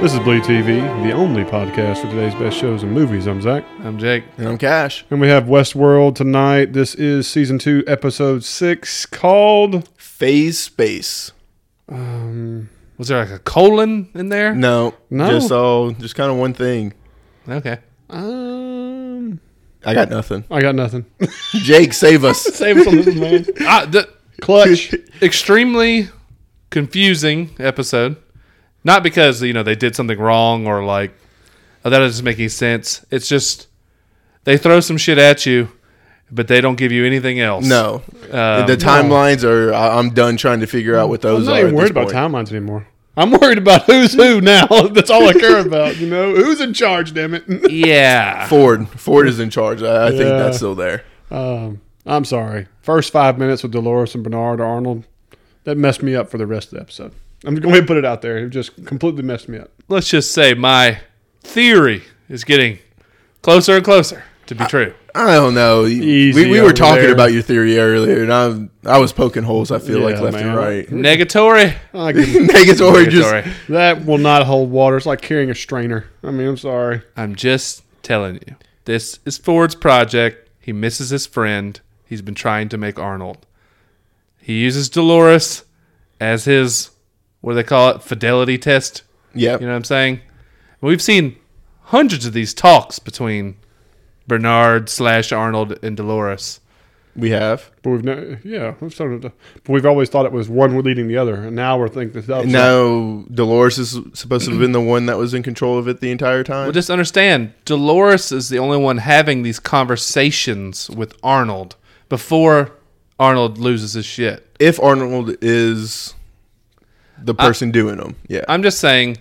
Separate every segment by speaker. Speaker 1: This is Bleed TV, the only podcast for today's best shows and movies. I'm Zach.
Speaker 2: I'm Jake.
Speaker 3: And I'm Cash.
Speaker 1: And we have Westworld tonight. This is season two, episode six, called
Speaker 3: Phase Space.
Speaker 1: um,
Speaker 2: Was there like a colon in there?
Speaker 3: No,
Speaker 1: No.
Speaker 3: Just all, just kind of one thing.
Speaker 2: Okay.
Speaker 1: um
Speaker 3: I got nothing.
Speaker 1: I got nothing.
Speaker 3: Jake, save us.
Speaker 1: Save us on this man.
Speaker 2: Ah, the
Speaker 1: Clutch.
Speaker 2: extremely confusing episode. Not because you know they did something wrong or like oh, that doesn't make any sense. It's just they throw some shit at you, but they don't give you anything else.
Speaker 3: No,
Speaker 2: Um,
Speaker 3: the timelines are. I, I'm done trying to figure out what
Speaker 1: Uh, I'm
Speaker 3: those
Speaker 1: not
Speaker 3: are.
Speaker 1: even
Speaker 3: at
Speaker 1: worried
Speaker 3: this
Speaker 1: about
Speaker 3: point.
Speaker 1: timelines anymore. I'm worried about who's who now. That's all I care about, you know? Who's in charge, damn it.
Speaker 2: Yeah.
Speaker 3: Ford. Ford is in charge. I, I think
Speaker 1: Yeah.
Speaker 3: that's still there.
Speaker 1: Um, I'm sorry. First five minutes with Dolores and Bernard Arnold, that messed me up for the rest of the episode. I'm just going to put it out there. It just completely messed me up.
Speaker 2: Let's just say my theory is getting closer and closer to be true.
Speaker 3: I don't know. We,
Speaker 1: Easy
Speaker 3: we
Speaker 1: over
Speaker 3: were talking
Speaker 1: there.
Speaker 3: about your theory earlier, and I I was poking holes. I feel like
Speaker 1: Yeah,
Speaker 3: left
Speaker 1: man.
Speaker 3: and right.
Speaker 2: Negatory.
Speaker 1: I give-
Speaker 3: Negatory just
Speaker 2: Negatory.
Speaker 1: that will not hold water. It's like carrying a strainer. I mean, I'm sorry.
Speaker 2: I'm just telling you. This is Ford's project. He misses his friend. He's been trying to make Arnold. He uses Dolores as his what do they call it? Fidelity test.
Speaker 3: yeah.
Speaker 2: You know what I'm saying? We've seen hundreds of these talks between Bernard slash Arnold and Dolores.
Speaker 3: We have
Speaker 1: But we've no, yeah, we've sort of, but we've always thought it was one leading the other, and now we're thinking this.
Speaker 3: And now. Dolores is supposed to have been the one that was in control of it the entire time.
Speaker 2: Well, just understand, Dolores is the only one having these conversations with Arnold before Arnold loses his shit.
Speaker 3: if Arnold is the person doing them, yeah.
Speaker 2: I'm just saying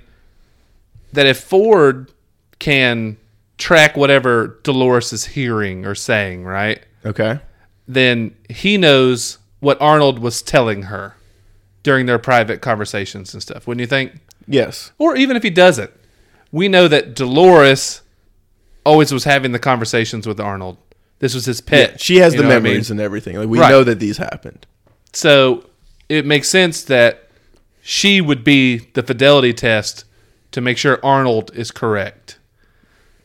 Speaker 2: that if Ford can track whatever Dolores is hearing or saying, right?
Speaker 3: okay.
Speaker 2: Then he knows what Arnold was telling her during their private conversations and stuff, wouldn't you think?
Speaker 3: Yes.
Speaker 2: Or even if he doesn't, we know that Dolores always was having the conversations with Arnold. This was his pet.
Speaker 3: She has
Speaker 2: you
Speaker 3: the
Speaker 2: know what I mean?
Speaker 3: memories and everything. Like we
Speaker 2: Right.
Speaker 3: know that these happened.
Speaker 2: So it makes sense that she would be the fidelity test to make sure Arnold is correct.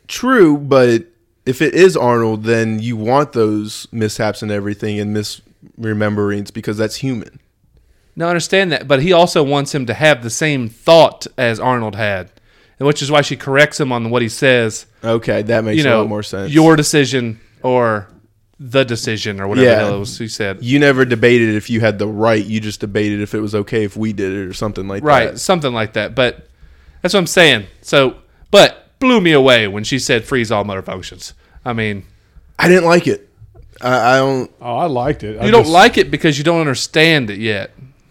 Speaker 3: True, but if it is Arnold, then you want those mishaps and everything and misrememberings because that's human.
Speaker 2: No, I understand that, but he also wants him to have the same thought as Arnold had, and which is why she corrects him on what he says.
Speaker 3: Okay, that makes
Speaker 2: you know,
Speaker 3: a lot more sense.
Speaker 2: your decision or the decision or whatever
Speaker 3: Yeah.
Speaker 2: the hell it was he said.
Speaker 3: you never debated if you had the right. You just debated if it was okay if we did it or something like
Speaker 2: Right,
Speaker 3: that.
Speaker 2: something like that. But that's what I'm saying. So, but blew me away when she said freeze all motor functions. I mean,
Speaker 3: I didn't like it. I, I don't.
Speaker 1: oh, I liked it. I
Speaker 2: you don't
Speaker 1: just-
Speaker 2: like it because you don't understand it yet.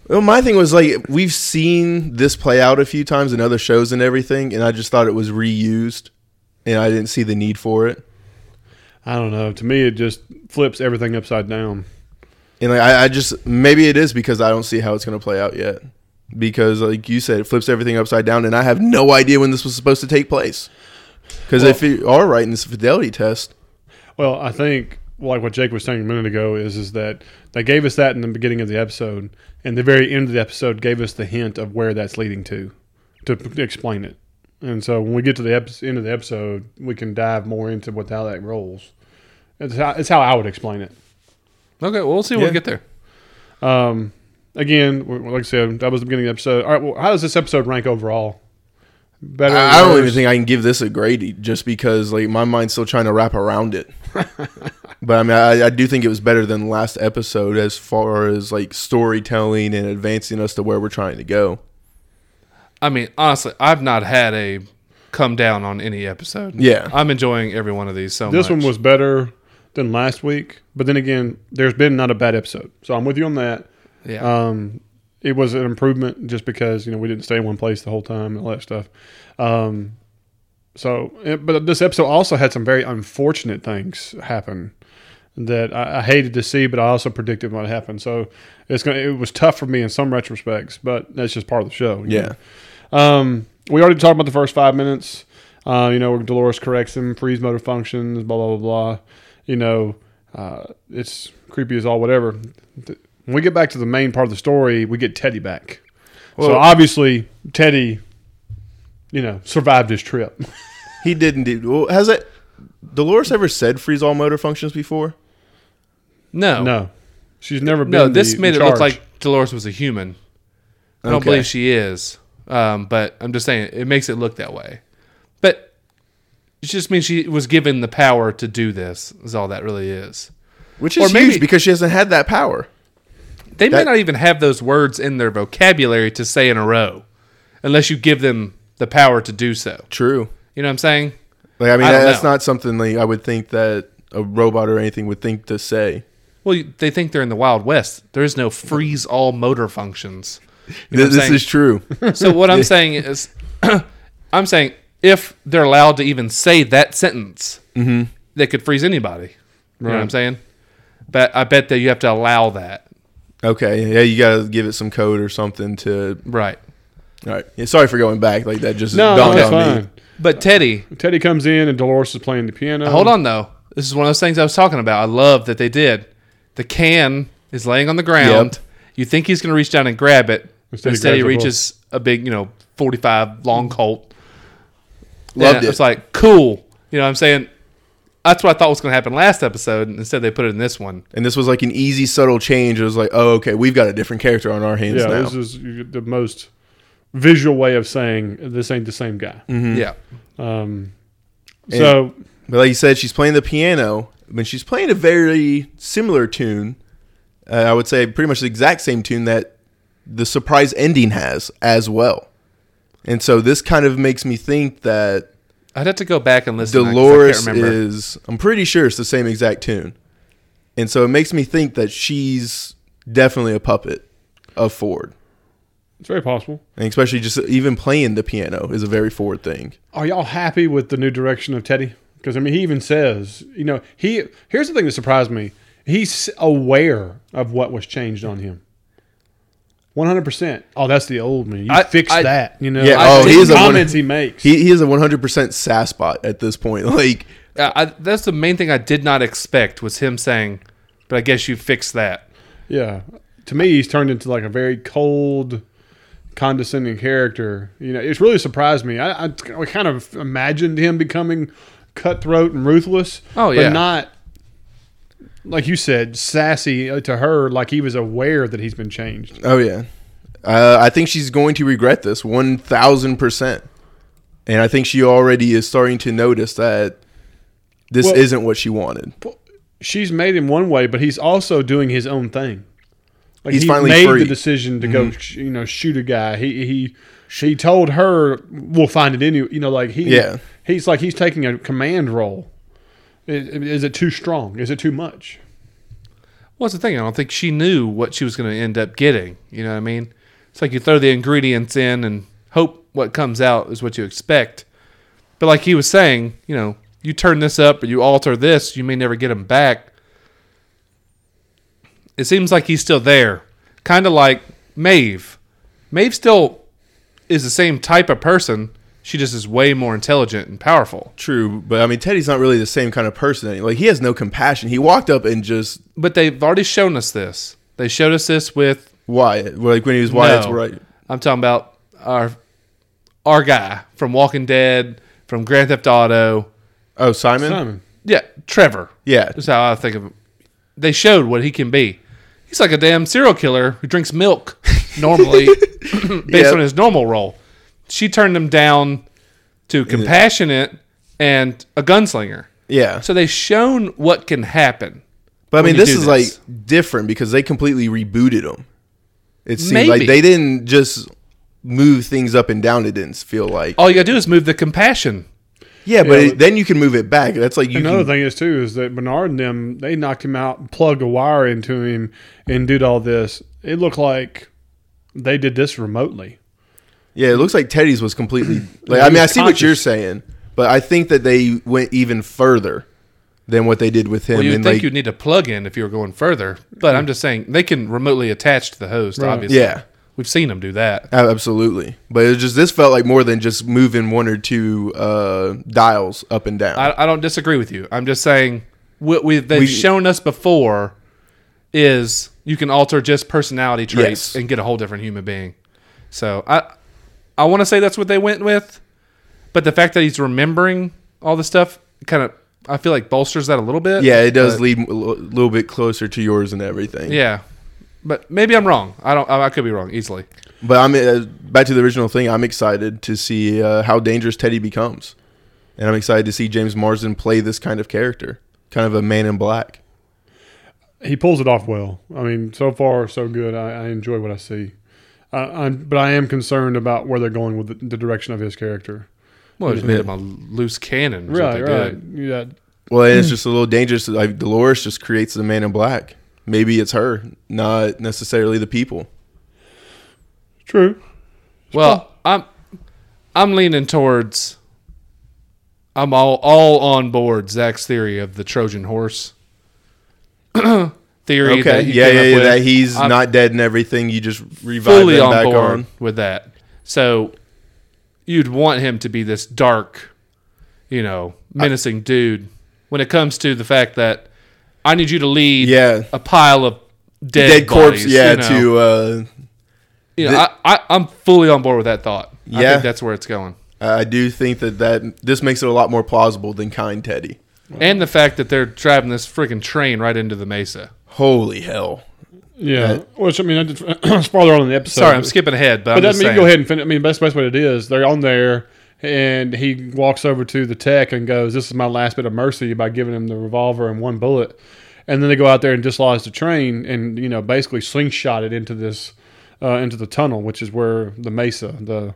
Speaker 3: Well, my thing was like we've seen this play out a few times in other shows and everything, and I just thought it was reused, and I didn't see the need for it.
Speaker 1: I don't know. To me, it just flips everything upside down.
Speaker 3: And like, I, I just maybe it is because I don't see how it's going to play out yet. Because like you said, it flips everything upside down, and I have no idea when this was supposed to take place. Because if you are right in this fidelity test,
Speaker 1: Well, I think like what Jake was saying a minute ago is is that they gave us that in the beginning of the episode, and the very end of the episode gave us the hint of where that's leading to, to p- explain it. And so when we get to the epi- end of the episode, we can dive more into what how that rolls. It's how, it's how I would explain it.
Speaker 2: Okay, well, we'll see when
Speaker 3: Yeah.
Speaker 2: we get there.
Speaker 1: Um, again, w- like I said, that was the beginning of the episode. All right, well, how does this episode rank overall? Better.
Speaker 3: I, I don't even
Speaker 1: worse?
Speaker 3: think I can give this a grade just because like my mind's still trying to wrap around it. but I mean, I, I do think it was better than the last episode as far as like storytelling and advancing us to where we're trying to go.
Speaker 2: I mean, honestly, I've not had a come down on any episode.
Speaker 3: Yeah.
Speaker 2: I'm enjoying every one of these so
Speaker 1: This
Speaker 2: much.
Speaker 1: one was better than last week, but then again, there's been not a bad episode, so I'm with you on that.
Speaker 2: yeah.
Speaker 1: Um, it was an improvement just because you know we didn't stay in one place the whole time and all that stuff. Um, so, eh, but this episode also had some very unfortunate things happen that I, I hated to see, but I also predicted what happened. So it's gonna it was tough for me in some retrospects, but that's just part of the show. you
Speaker 3: Yeah.
Speaker 1: know. Um, we already talked about the first five minutes. Uh, you know, where Dolores corrects him, freeze motor functions, blah blah blah blah. You know, uh, it's creepy as all whatever. Th- When we get back to the main part of the story, we get Teddy back. so
Speaker 3: Well-
Speaker 1: obviously, Teddy you know, survived his trip.
Speaker 3: He did indeed. Well, has it? Dolores ever said freeze all motor functions before?
Speaker 2: No, no,
Speaker 1: No, she's never been.
Speaker 2: this
Speaker 1: the-
Speaker 2: made
Speaker 1: in
Speaker 2: it look
Speaker 1: charge.
Speaker 2: like Dolores was a human. I don't
Speaker 3: Okay.
Speaker 2: believe she is, um, but I'm just saying it makes it look that way. But it just means she was given the power to do this. Is all that really is.
Speaker 3: Which
Speaker 2: Or
Speaker 3: is
Speaker 2: maybe-
Speaker 3: huge because she hasn't had that power.
Speaker 2: They may
Speaker 3: That-
Speaker 2: not even have those words in their vocabulary to say in a row, unless you give them the power to do so.
Speaker 3: True.
Speaker 2: You know what I'm saying?
Speaker 3: Like I mean,
Speaker 2: I don't
Speaker 3: that's
Speaker 2: know.
Speaker 3: not something like I would think that a robot or anything would think to say.
Speaker 2: Well, you- they think they're in the Wild West. There is no freeze all motor functions. You know
Speaker 3: Th-
Speaker 2: what
Speaker 3: this
Speaker 2: I'm
Speaker 3: is true.
Speaker 2: saying? so what I'm saying is, I'm saying if they're allowed to even say that sentence, they could freeze anybody. You know what I'm
Speaker 1: Right.
Speaker 2: saying? But I bet that you have to allow that,
Speaker 3: okay, yeah, you gotta give it some code or something to.
Speaker 2: right?
Speaker 3: All right, yeah, sorry for going back. Like that just
Speaker 1: no, no,
Speaker 3: dawned
Speaker 1: that's
Speaker 3: on me.
Speaker 1: fine.
Speaker 2: But Teddy,
Speaker 1: Teddy comes in and Dolores is playing the piano.
Speaker 2: Hold on though. This is one of those things I was talking about. I love that they did. The can is laying on the ground. You think he's going to reach down and grab it.
Speaker 1: Instead
Speaker 2: Instead,
Speaker 1: he
Speaker 2: he
Speaker 1: grabs the
Speaker 2: reaches a big, you know, 45 long Colt.
Speaker 3: Loved
Speaker 2: and
Speaker 3: it.
Speaker 2: It's like, cool. You know what I'm saying? That's what I thought was going to happen last episode. And instead, they put it in this one.
Speaker 3: And this was like an easy, subtle change. It was like, oh, okay, we've got a different character on our hands
Speaker 1: Yeah,
Speaker 3: now.
Speaker 1: this is you- the most visual way of saying this ain't the same guy.
Speaker 3: Mm.
Speaker 2: Yeah.
Speaker 1: Um, so
Speaker 3: But like you said, she's playing the piano. When she's playing a very similar tune, uh, I would say pretty much the exact same tune that the surprise ending has as well. And so this kind of makes me think that
Speaker 2: I'd have to go back and listen. 'cause
Speaker 3: Dolores is. I'm pretty sure it's the same exact tune. And so it makes me think that she's definitely a puppet of Ford.
Speaker 1: it's very possible.
Speaker 3: And especially just even playing the piano is a very Ford thing.
Speaker 1: Are y'all happy with the new direction of Teddy? Because I mean, he even says, you know, he here's the thing that surprised me. He's aware of what was changed on him. One hundred percent. Oh, that's the old me. You
Speaker 2: I-
Speaker 1: fixed
Speaker 2: I-
Speaker 1: that. You know,
Speaker 3: Yeah,
Speaker 1: I-
Speaker 2: oh,
Speaker 1: the
Speaker 2: he is
Speaker 3: a one-
Speaker 1: comments he makes.
Speaker 3: He, he is a 100% Sasbot at this point. Like,
Speaker 2: Uh, I, that's the main thing I did not expect was him saying, but I guess you fixed that.
Speaker 1: Yeah. To me, he's turned into like a very cold, condescending character. You know, it's really surprised me. I, I, I kind of imagined him becoming cutthroat and ruthless.
Speaker 2: Oh, yeah.
Speaker 1: But not, like you said, sassy uh, to her, like he was aware that he's been changed.
Speaker 3: Oh yeah, uh, I think she's going to regret this one thousand percent, and I think she already is starting to notice that this
Speaker 1: Well-
Speaker 3: isn't what she wanted.
Speaker 1: She's made him one way, but he's also doing his own thing. Like
Speaker 3: He's
Speaker 1: he
Speaker 3: finally
Speaker 1: made
Speaker 3: free. Mm-hmm.
Speaker 1: the decision to go, sh- you know, shoot a guy. He he she told her, "We'll find it anyway." You know, like he
Speaker 3: Yeah.
Speaker 1: he's like he's taking a command role. I- Is, it too strong? Is it too much?
Speaker 2: Well, that's the thing. I don't think she knew what she was going to end up getting. You know what I mean? It's like you throw the ingredients in and hope what comes out is what you expect. But like he was saying, you know, you turn this up or you alter this, you may never get him back. It seems like he's still there. Kind of like Maeve. Maeve still is the same type of person. She just is way more intelligent and powerful.
Speaker 3: True, but I mean Teddy's not really the same kind of person. any- Like he has no compassion. He walked up and just
Speaker 2: But they've already shown us this. They showed us this with
Speaker 3: Wyatt, like when he was Wyatt's
Speaker 2: No.
Speaker 3: right.
Speaker 2: I'm talking about our our guy from Walking Dead, from Grand Theft Auto.
Speaker 3: Oh Simon,
Speaker 1: Simon,
Speaker 2: Yeah, Trevor.
Speaker 3: yeah,
Speaker 2: That's how I think of him. They showed what he can be. He's like a damn serial killer who drinks milk normally based
Speaker 3: Yep.
Speaker 2: on his normal role. She turned him down to compassionate and a gunslinger.
Speaker 3: yeah.
Speaker 2: So they shown what can happen.
Speaker 3: But I
Speaker 2: when
Speaker 3: mean
Speaker 2: you
Speaker 3: this
Speaker 2: do
Speaker 3: is like different because they completely rebooted him. It seemed
Speaker 2: Maybe.
Speaker 3: like they didn't just move things up and down. It didn't feel like.
Speaker 2: All you gotta do is move the compassion.
Speaker 3: yeah, but
Speaker 1: Yeah.
Speaker 3: it- then you can move it back. That's like you
Speaker 1: another
Speaker 3: can
Speaker 1: thing is too is that Bernard and them they knocked him out, plugged a wire into him, and did all this. It looked like they did this remotely.
Speaker 3: Yeah, it looks like Teddy's was completely. Like,
Speaker 1: Yeah, he
Speaker 3: I mean, I
Speaker 1: was
Speaker 3: see what you're
Speaker 1: conscious.
Speaker 3: saying, but I think that they went even further than what they did with him.
Speaker 2: Well, you would
Speaker 3: and
Speaker 2: think
Speaker 3: like,
Speaker 2: you'd need a plug-in if you were going further, but I'm just saying they can remotely attach to the host.
Speaker 1: Right.
Speaker 2: Obviously,
Speaker 3: yeah,
Speaker 2: we've seen them do that.
Speaker 3: a- absolutely. But it was just this felt like more than just moving one or two uh, dials up and down.
Speaker 2: I, I don't disagree with you. I'm just saying what we, they've
Speaker 3: We-
Speaker 2: shown us before is you can alter just personality traits
Speaker 3: Yes.
Speaker 2: and get a whole different human being. So I I want to say that's what they went with, But the fact that he's remembering all the stuff kind of, I feel like bolsters that a little bit.
Speaker 3: Yeah, it does
Speaker 2: But-
Speaker 3: lead a li- little bit closer to yours and everything.
Speaker 2: Yeah, but maybe I'm wrong. I don't. I I could be wrong easily.
Speaker 3: But I'm uh, back to the original thing. I'm excited to see uh, how dangerous Teddy becomes, and I'm excited to see James Marsden play this kind of character, kind of a man in black.
Speaker 1: he pulls it off well. I mean, so far so good. I, I enjoy what I see. I, I'm, but I am concerned about where they're going with the, the direction of his character.
Speaker 2: Well, I just
Speaker 3: Yeah.
Speaker 2: made him a loose cannon. is what
Speaker 1: Right,
Speaker 2: they
Speaker 1: right.
Speaker 2: did.
Speaker 1: Yeah,
Speaker 3: Well, and
Speaker 2: Hmm.
Speaker 3: it's just a little dangerous. Like Dolores just creates the man in black. Maybe it's her, not necessarily the people.
Speaker 1: true.
Speaker 2: Well, I'm I'm leaning towards. I'm all all on board Zach's theory of the Trojan horse theory.
Speaker 3: Okay,
Speaker 2: that he
Speaker 3: yeah,
Speaker 2: came
Speaker 3: yeah,
Speaker 2: up
Speaker 3: yeah.
Speaker 2: with.
Speaker 3: That he's
Speaker 2: I'm
Speaker 3: not dead and everything. You just revive
Speaker 2: fully
Speaker 3: him
Speaker 2: on
Speaker 3: back
Speaker 2: board
Speaker 3: on.
Speaker 2: with that. So you'd want him to be this dark, you know, menacing dude. When it comes to the fact that I need you to lead
Speaker 3: Yeah,
Speaker 2: a pile of dead,
Speaker 3: dead corpse.
Speaker 2: bodies,
Speaker 3: Yeah,
Speaker 2: you know.
Speaker 3: to uh,
Speaker 2: You know, I, I, I'm fully on board with that thought. I
Speaker 3: Yeah.
Speaker 2: think that's where it's going.
Speaker 3: I do think that that this makes it a lot more plausible than kind Teddy.
Speaker 2: And the fact that they're driving this freaking train right into the mesa.
Speaker 3: Holy hell!
Speaker 1: Yeah.
Speaker 3: Uh,
Speaker 1: Which I mean, I just, it's farther on in the episode.
Speaker 2: Sorry, I'm skipping ahead, but,
Speaker 1: But
Speaker 2: I'm
Speaker 1: that
Speaker 2: just
Speaker 1: mean you
Speaker 2: saying.
Speaker 1: go ahead and finish. I mean, that's that's what it is. They're on there, and he walks over to the tech and goes, "This is my last bit of mercy by giving him the revolver and one bullet." And then they go out there and dislodge the train, and you know, basically slingshot it into this, uh, into the tunnel, which is where the mesa, the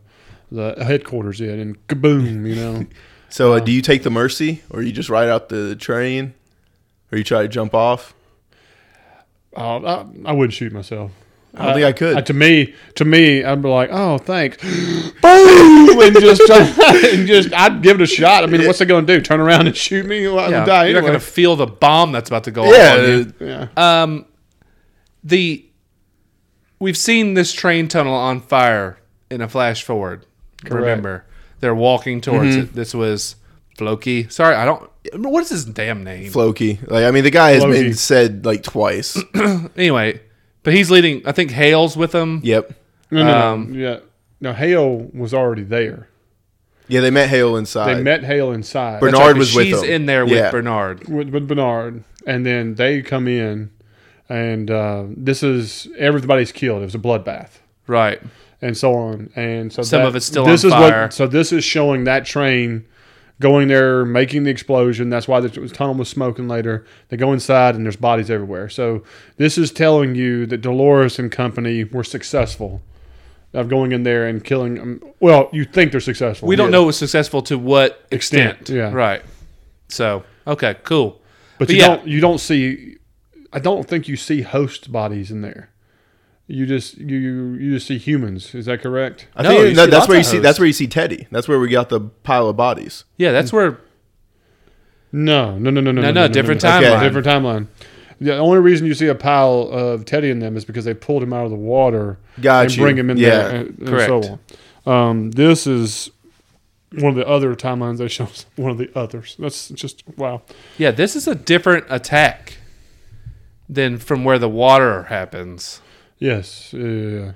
Speaker 1: the headquarters is, and kaboom, you know.
Speaker 3: So, uh,
Speaker 2: Um,
Speaker 3: do you take the mercy, or you just ride out the train, or you try to jump off?
Speaker 1: Uh, I, I wouldn't shoot myself.
Speaker 3: I don't think I could.
Speaker 1: Uh, to me, to me, I'd be like, "Oh, thanks," boom, and just, and just, I'd give it a shot. I mean, what's it going to do? Turn around and shoot me? Well, I'm
Speaker 2: Yeah,
Speaker 1: gonna die
Speaker 2: you're not
Speaker 1: anyway.
Speaker 2: going to feel the bomb that's about to go off on you.
Speaker 3: yeah,
Speaker 1: yeah,
Speaker 2: Um, the we've seen this train tunnel on fire in a flash forward. Remember, they're walking towards
Speaker 3: Mm-hmm.
Speaker 2: it. This was Floki. Sorry, I don't. What is his damn name?
Speaker 3: Floki. Like, I mean, the guy has
Speaker 1: Floki.
Speaker 3: been said like twice.
Speaker 2: anyway, but he's leading. I think Hale's with him.
Speaker 3: yep.
Speaker 1: no, no,
Speaker 2: um,
Speaker 1: no. yeah. No, Hale was already there.
Speaker 3: Yeah, they met Hale
Speaker 1: They
Speaker 3: inside.
Speaker 1: met Hale inside
Speaker 3: Bernard-
Speaker 2: That's right, 'cause
Speaker 3: was with
Speaker 2: she's
Speaker 3: him.
Speaker 2: in there with
Speaker 3: Yeah.
Speaker 2: Bernard.
Speaker 1: with, with Bernard, and then they come in, and uh, this is everybody's killed. It was a bloodbath.
Speaker 2: Right.
Speaker 1: and so on. And so
Speaker 2: Some
Speaker 1: that-
Speaker 2: of it's still
Speaker 1: this
Speaker 2: on
Speaker 1: is
Speaker 2: fire.
Speaker 1: What, so this is showing that train going there, making the explosion. That's why the t- tunnel was smoking later. They go inside and there's bodies everywhere. So this is telling you that Dolores and company were successful of going in there and killing. Um, well, you think they're successful.
Speaker 2: We don't
Speaker 1: Yeah.
Speaker 2: know it was successful to what extent.
Speaker 1: Extent, yeah.
Speaker 2: Right. So okay, cool.
Speaker 1: but,
Speaker 2: but
Speaker 1: you
Speaker 2: yeah.
Speaker 1: don't. You don't see. I don't think you see host bodies in there. You just you you, you just see humans. Is that correct?
Speaker 3: I
Speaker 2: No,
Speaker 3: think
Speaker 2: you
Speaker 3: no,
Speaker 2: see
Speaker 3: that's
Speaker 2: lots
Speaker 3: where you
Speaker 2: of
Speaker 3: see.
Speaker 2: hosts.
Speaker 3: That's where you see Teddy. That's where we got the pile of bodies.
Speaker 2: Yeah, that's
Speaker 1: Mm.
Speaker 2: where
Speaker 1: No, no, no, no, no,
Speaker 2: No, no, different
Speaker 3: timeline.
Speaker 1: Okay, different timeline. The only reason you see a pile of Teddy in them is because they pulled him out of the water
Speaker 3: Got
Speaker 1: and
Speaker 3: you.
Speaker 1: bring him in
Speaker 3: yeah.
Speaker 1: there, and, and
Speaker 2: correct.
Speaker 1: so on. Um, this is one of the other timelines they show. us. One of the others. That's just wow.
Speaker 2: Yeah, this is a different attack than from where the water happens.
Speaker 1: Yes, yeah,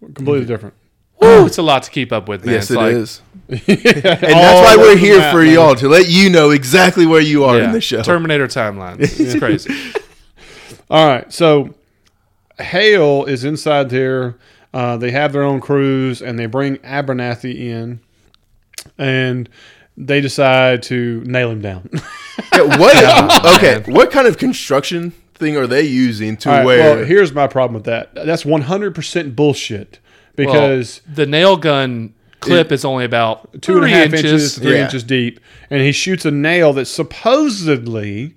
Speaker 1: completely
Speaker 3: Mm-hmm.
Speaker 1: different.
Speaker 2: Woo, it's a lot to keep up with, man.
Speaker 3: Yes,
Speaker 2: it's
Speaker 3: it
Speaker 2: like,
Speaker 3: is. And that's why we're here for y'all to let you know exactly where you are
Speaker 2: yeah,
Speaker 3: in the show.
Speaker 2: Terminator timeline. It's crazy.
Speaker 1: All right, so Hale is inside there. Uh, they have their own crews, and they bring Abernathy in, and they decide to nail him down.
Speaker 3: Yeah, what? okay. What kind of construction thing are they using to
Speaker 1: All right,
Speaker 3: where?
Speaker 1: well, here's my problem with that. That's 100% bullshit because
Speaker 2: Well, the nail gun clip is only about
Speaker 1: two and a half
Speaker 2: inches,
Speaker 1: inches, to three
Speaker 3: Yeah.
Speaker 1: inches deep, and he shoots a nail that supposedly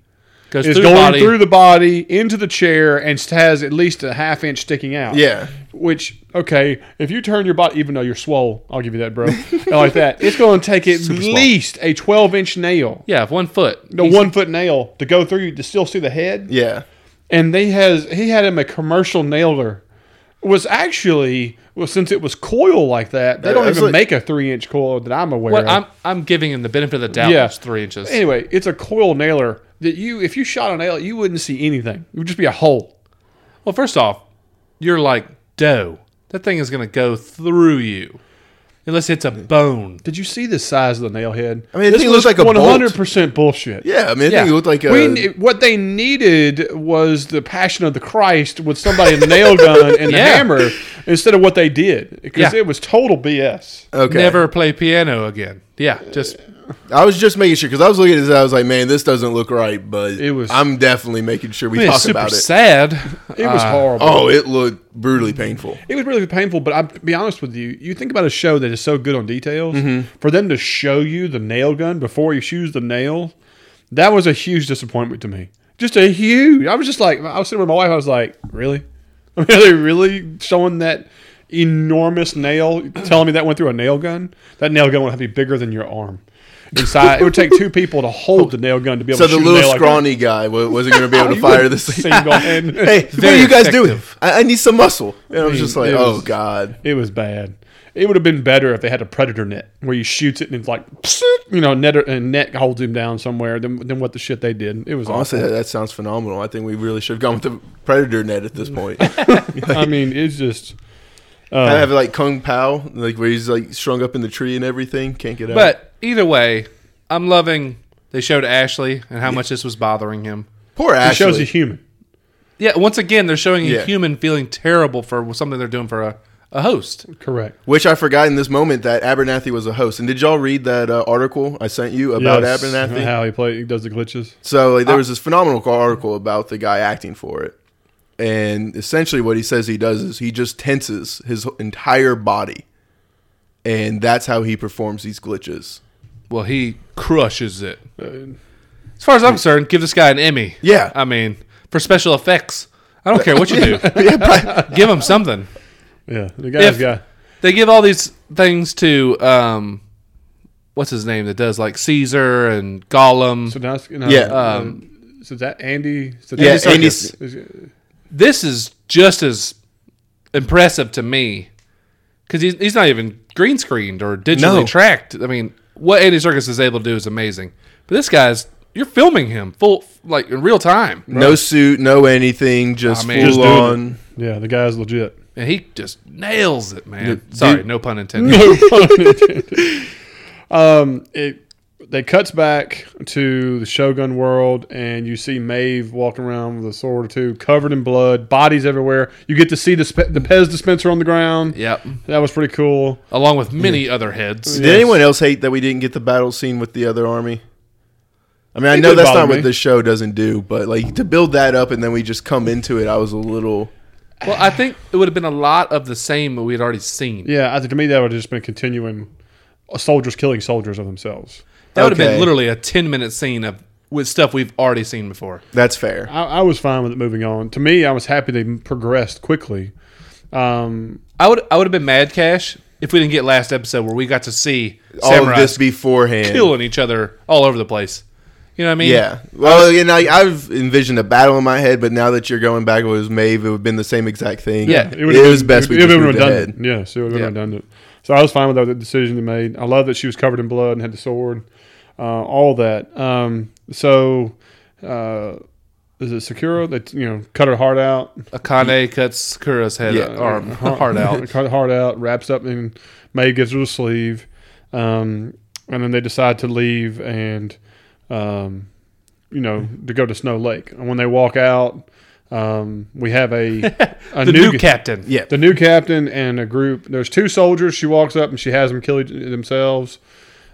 Speaker 2: goes
Speaker 1: is
Speaker 2: through
Speaker 1: going
Speaker 2: the body.
Speaker 1: through the body into the chair and has at least a half inch sticking out.
Speaker 3: yeah.
Speaker 1: Which okay, if you turn your body, even though you're swole, I'll give you that, bro. like that, it's going to take at least a 12 inch nail,
Speaker 2: yeah, one foot.
Speaker 1: the one foot nail, to go through to still see the head.
Speaker 3: Yeah.
Speaker 1: and they has he had him a commercial nailer was actually well since it was coil like that they
Speaker 3: Uh,
Speaker 1: don't
Speaker 3: it's
Speaker 1: even
Speaker 3: like-
Speaker 1: make a three inch coil that I'm aware
Speaker 2: What
Speaker 1: of.
Speaker 2: I'm I'm giving him the benefit of the doubt.
Speaker 1: Yeah.
Speaker 2: It's three inches.
Speaker 1: anyway, it's a coil nailer that you if you shot a nail you wouldn't see anything. It would just be a hole.
Speaker 2: Well, first off, you're like dough. That thing is going to go through you. unless it's a bone.
Speaker 1: Did you see the size of the nail head?
Speaker 3: I mean, the
Speaker 1: this
Speaker 3: thing looks like a bolt.
Speaker 1: one hundred percent bullshit.
Speaker 3: Yeah, I mean, I
Speaker 2: Yeah.
Speaker 3: think it looked like a.
Speaker 1: We ne- what they needed was the passion of the Christ with somebody in a nail gun and
Speaker 2: Yeah.
Speaker 1: a hammer instead of what they did because
Speaker 2: Yeah.
Speaker 1: it was total BS.
Speaker 3: okay.
Speaker 2: Never play piano again. Yeah, just
Speaker 3: I was just making sure because I was looking at this. I was like, man, this doesn't look right. But
Speaker 1: It was-
Speaker 3: I'm definitely making sure we
Speaker 2: it's
Speaker 3: talk
Speaker 2: super
Speaker 3: about it.
Speaker 2: sad.
Speaker 1: It was
Speaker 2: Uh,
Speaker 1: horrible.
Speaker 3: Oh, it looked brutally painful.
Speaker 1: It was really painful, but I'll be honest with you. You think about a show that is so good on details,
Speaker 3: Mm-hmm.
Speaker 1: for them to show you the nail gun before you choose the nail, that was a huge disappointment to me. Just a huge. I was just like, I was sitting with my wife. I was like, really? I mean, are they really showing that enormous nail? Telling me that went through a nail gun? That nail gun would have to be bigger than your arm. Inside, it would take two people to hold the nail gun to be able
Speaker 3: So
Speaker 1: to
Speaker 3: the
Speaker 1: shoot a
Speaker 3: little
Speaker 1: nail
Speaker 3: scrawny guy wa- wasn't going to be able to fire this
Speaker 1: like
Speaker 3: thing.
Speaker 1: that. single hand.
Speaker 3: Hey, what
Speaker 2: Very
Speaker 3: are you guys
Speaker 2: effective.
Speaker 3: doing? I, I need some muscle. And I was just like,
Speaker 1: it
Speaker 3: oh
Speaker 1: was-
Speaker 3: god.
Speaker 1: It was bad. It would have been better if they had a predator net where you shoot it and it's like, you know, net and net holds him down somewhere. Than than what the shit they did. It was
Speaker 3: Honestly,
Speaker 1: awesome.
Speaker 3: that, that sounds phenomenal. I think we really should have gone with the predator net at this
Speaker 1: Mm.
Speaker 3: point. I
Speaker 1: I mean, it's just. Uh.
Speaker 3: have like Kung Pao, like where he's like strung up in the tree and everything, can't get out.
Speaker 2: But either way, I'm loving. They showed Ashley and how much this was bothering him.
Speaker 3: poor
Speaker 1: It shows a
Speaker 3: Ashley.
Speaker 1: human.
Speaker 2: Yeah, once again, they're showing a
Speaker 3: Yeah.
Speaker 2: human feeling terrible for something they're doing for a, a host.
Speaker 1: Correct.
Speaker 3: Which I forgot in this moment that Abernathy was a host. And did y'all read that uh, article I sent you about
Speaker 1: Yes, Uh-huh.
Speaker 3: Abernathy?
Speaker 1: How he play, he does the glitches.
Speaker 3: So like, there was this phenomenal article about the guy acting for it, and essentially what he says he does is he just tenses his entire body, and that's how he performs these glitches.
Speaker 2: Well, he crushes it.
Speaker 1: Uh,
Speaker 2: As far as I'm concerned, give this guy an Emmy.
Speaker 3: Yeah.
Speaker 2: I mean, for special effects. I don't care what you do. give him something.
Speaker 1: yeah, the guy's
Speaker 2: If-
Speaker 1: got.
Speaker 2: They give all these things to um what's his name that does like Caesar and Gollum.
Speaker 1: So now, it's- no,
Speaker 3: Yeah.
Speaker 1: Um, so is that Andy? So
Speaker 3: Yeah,
Speaker 1: that's-
Speaker 3: Andy's-
Speaker 1: is-
Speaker 2: this is just as impressive to me because he's, he's not even green screened or digitally
Speaker 3: No.
Speaker 2: tracked. I mean, what Andy Circus is able to do is amazing, but this guy's you're filming him full like in real time,
Speaker 3: No suit, no anything, just
Speaker 2: I mean-
Speaker 3: full
Speaker 2: Just
Speaker 1: doing it.
Speaker 3: on.
Speaker 1: yeah, the guy's legit.
Speaker 2: and he just nails it, man.
Speaker 3: Dude,
Speaker 2: Sorry,
Speaker 3: dude.
Speaker 2: no pun intended.
Speaker 1: um, it they cuts back to the Shogun world, and you see Maeve walking around with a sword or two, covered in blood, bodies everywhere. You get to see the spe- the Pez dispenser on the ground.
Speaker 2: yep,
Speaker 1: That was pretty cool.
Speaker 2: along with many other heads.
Speaker 3: Did anyone else hate that we didn't get the battle scene with the other army? I mean, I
Speaker 1: It
Speaker 3: know
Speaker 1: didn't
Speaker 3: that's
Speaker 1: bother
Speaker 3: not
Speaker 1: me.
Speaker 3: what this show doesn't do, but like to build that up and then we just come into it, I was a little.
Speaker 2: Well, I think it would have been a lot of the same that we had already seen.
Speaker 1: Yeah, I think to me that would have just been continuing uh, soldiers killing soldiers of themselves.
Speaker 2: That would have been
Speaker 3: Okay.
Speaker 2: literally a ten minute scene of with stuff we've already seen before.
Speaker 3: That's
Speaker 2: Uh,
Speaker 3: fair.
Speaker 1: I, I was fine with it moving on. To me, I was happy they progressed quickly. Um,
Speaker 2: I would I would have been mad cash if we didn't get last episode where we got to see
Speaker 3: All of
Speaker 2: samurai
Speaker 3: this beforehand.
Speaker 2: killing each other all over the place. You know what I mean?
Speaker 3: Yeah. Well, you know, I've envisioned a battle in my head, but now that you're going back, it was Maeve. It would have been the same exact thing.
Speaker 2: Yeah.
Speaker 3: It,
Speaker 1: it would
Speaker 3: was best we
Speaker 1: it
Speaker 3: just
Speaker 1: would have been
Speaker 3: moved
Speaker 1: redundant.
Speaker 3: ahead.
Speaker 1: Yes, it would have been
Speaker 2: Yeah.
Speaker 1: redundant. So I was fine with that- the decision they made. I love that she was covered in blood and had the sword, uh, all that. Um, so uh, is it Sakura that you know cut her heart out, Uh,
Speaker 2: Akane cuts Kura's head
Speaker 3: Yeah.
Speaker 2: arm Uh, heart out.
Speaker 1: cut her heart out, wraps up, and May gives her the sleeve, um, and then they decide to leave and um, you know to go to Snow Lake. And when they walk out, um, we have a a
Speaker 2: The new
Speaker 1: g-
Speaker 2: captain.
Speaker 3: Yeah.
Speaker 1: the new captain and a group. There's two soldiers. She walks up and she has them kill each, themselves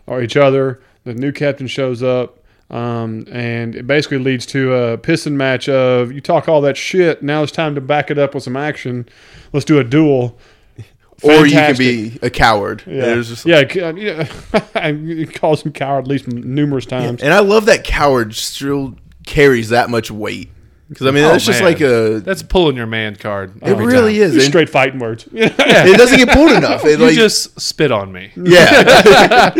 Speaker 1: or each other. The new captain shows up, um, and it basically leads to a pissing match of you talk all that shit. Now it's time to back it up with some action. Let's do a duel.
Speaker 3: Or you can
Speaker 1: Fantastic.
Speaker 3: be a coward.
Speaker 1: Yeah,
Speaker 3: There's just-
Speaker 1: yeah. c- uh, yeah. I calls him coward at least numerous times.
Speaker 3: And I love that coward still carries that much weight. Because, I mean,
Speaker 2: Oh,
Speaker 3: that's just
Speaker 2: man.
Speaker 3: like a.
Speaker 2: That's pulling your man card.
Speaker 3: it really is.
Speaker 1: Just
Speaker 3: And
Speaker 1: straight fighting words. Yeah.
Speaker 3: It doesn't get pulled enough. It,
Speaker 2: You
Speaker 3: like,
Speaker 2: just Oh. spit on me.
Speaker 3: yeah.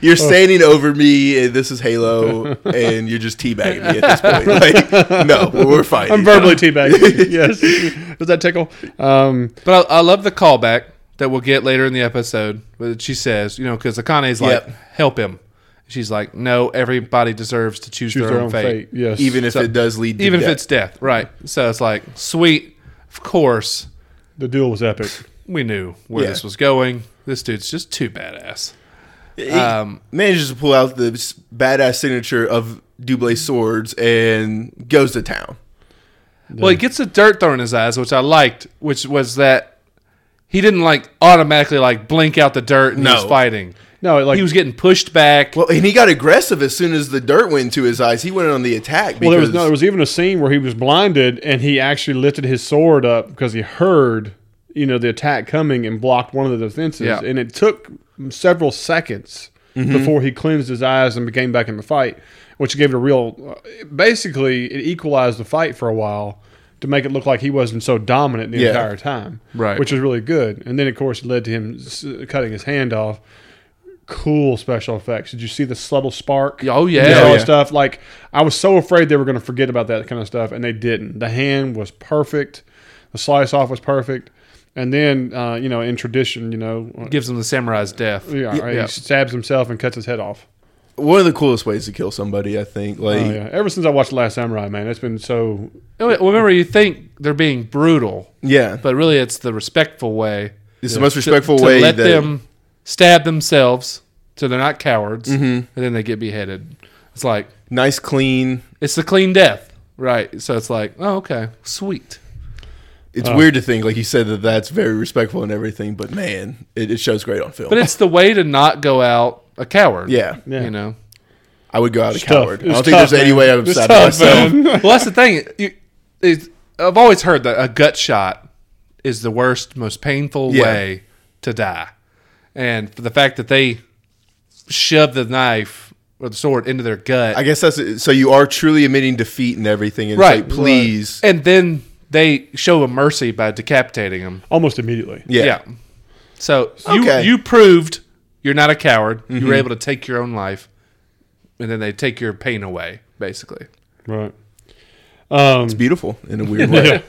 Speaker 3: you're standing over me, and this is Halo, and you're just teabagging me at this point. Like, no, we're fighting.
Speaker 1: I'm verbally teabagging. yes. Does that tickle? Um,
Speaker 2: But I, I love the callback that we'll get later in the episode where she says, you know, because Akane's like,
Speaker 3: Yep.
Speaker 2: help him. She's like, no, everybody deserves to choose,
Speaker 1: choose
Speaker 2: their, own fate.
Speaker 1: Yes.
Speaker 3: even if
Speaker 2: So-
Speaker 3: it does lead to
Speaker 2: Even if
Speaker 3: death.
Speaker 2: it's death. Right. So it's like, sweet. Of course.
Speaker 1: the duel was epic.
Speaker 2: we knew where
Speaker 3: Yeah.
Speaker 2: this was going. This dude's just too badass.
Speaker 3: He
Speaker 1: uh,
Speaker 2: Um,
Speaker 3: manages to pull out the s- badass signature of Duble swords and goes to town.
Speaker 2: Well, he gets the dirt thrown in his eyes, which I liked, which was that he didn't like automatically like blink out the dirt and he was
Speaker 3: No.
Speaker 2: fighting.
Speaker 1: No, it, like
Speaker 2: he was getting pushed back.
Speaker 3: Well, and he got aggressive as soon as the dirt went into his eyes. He went on the attack because
Speaker 1: Well, there was no, there was even a scene where he was blinded and he actually lifted his sword up because he heard, you know, the attack coming and blocked one of the defenses.
Speaker 2: Yeah. Mm-hmm.
Speaker 1: And it took several seconds before he cleansed his eyes and became back in the fight, which gave it a real. Basically, it equalized the fight for a while to make it look like he wasn't so dominant the
Speaker 3: Yeah.
Speaker 1: entire time,
Speaker 2: Right.
Speaker 1: Which was really good. And then, of course, it led to him s- cutting his hand off. Cool special effects. Did you see the subtle spark?
Speaker 2: Oh, yeah.
Speaker 1: Just all
Speaker 2: Yeah.
Speaker 1: the stuff. Like I was so afraid they were going to forget about that kind of stuff, and they didn't. The hand was perfect. The slice off was perfect. And then, uh, you know, in tradition, you know, uh,
Speaker 2: Gives him the samurai's death.
Speaker 1: yeah, right,
Speaker 2: yeah.
Speaker 1: he stabs himself and cuts his head off.
Speaker 3: one of the coolest ways to kill somebody. I think like
Speaker 1: Oh, yeah. Ever since I watched Last Samurai, man, it's been so.
Speaker 2: Oh, wait, Remember, you think they're being brutal,
Speaker 3: yeah,
Speaker 2: but really it's the respectful way.
Speaker 3: it's the most
Speaker 2: to-
Speaker 3: respectful
Speaker 2: to
Speaker 3: way
Speaker 2: let
Speaker 3: that
Speaker 2: them stab themselves so they're not cowards,
Speaker 3: Mm-hmm.
Speaker 2: and then they get beheaded. It's like
Speaker 3: nice, clean.
Speaker 2: it's the clean death, right? So it's like, oh, okay, sweet.
Speaker 3: It's
Speaker 1: Oh.
Speaker 3: weird to think, like you said, that that's very respectful and everything. But man, it, it shows great on film.
Speaker 2: But it's the way to not go out a coward.
Speaker 3: yeah,
Speaker 1: Yeah.
Speaker 2: you know.
Speaker 3: I would go out a
Speaker 1: It's tough.
Speaker 3: coward. I
Speaker 1: It's
Speaker 3: don't think
Speaker 1: tough,
Speaker 3: there's any
Speaker 1: man.
Speaker 3: way I'm
Speaker 1: It's
Speaker 3: sad
Speaker 1: tough,
Speaker 3: myself.
Speaker 1: man.
Speaker 2: well, that's the thing. You, it's, I've always heard that a gut shot is the worst, most painful
Speaker 3: Yeah.
Speaker 2: way to die, and for the fact that they shove the knife or the sword into their gut,
Speaker 3: I guess that's it. so. You are truly admitting defeat and everything. And
Speaker 2: Right.
Speaker 3: right? please,
Speaker 2: and then they show him mercy by decapitating him.
Speaker 1: Almost immediately.
Speaker 3: yeah.
Speaker 2: So you
Speaker 3: Okay. Mm-hmm.
Speaker 2: you proved you're not a coward. You were able to take your own life, and then they take your pain away, basically.
Speaker 1: Right. Um,
Speaker 3: It's beautiful in a weird way.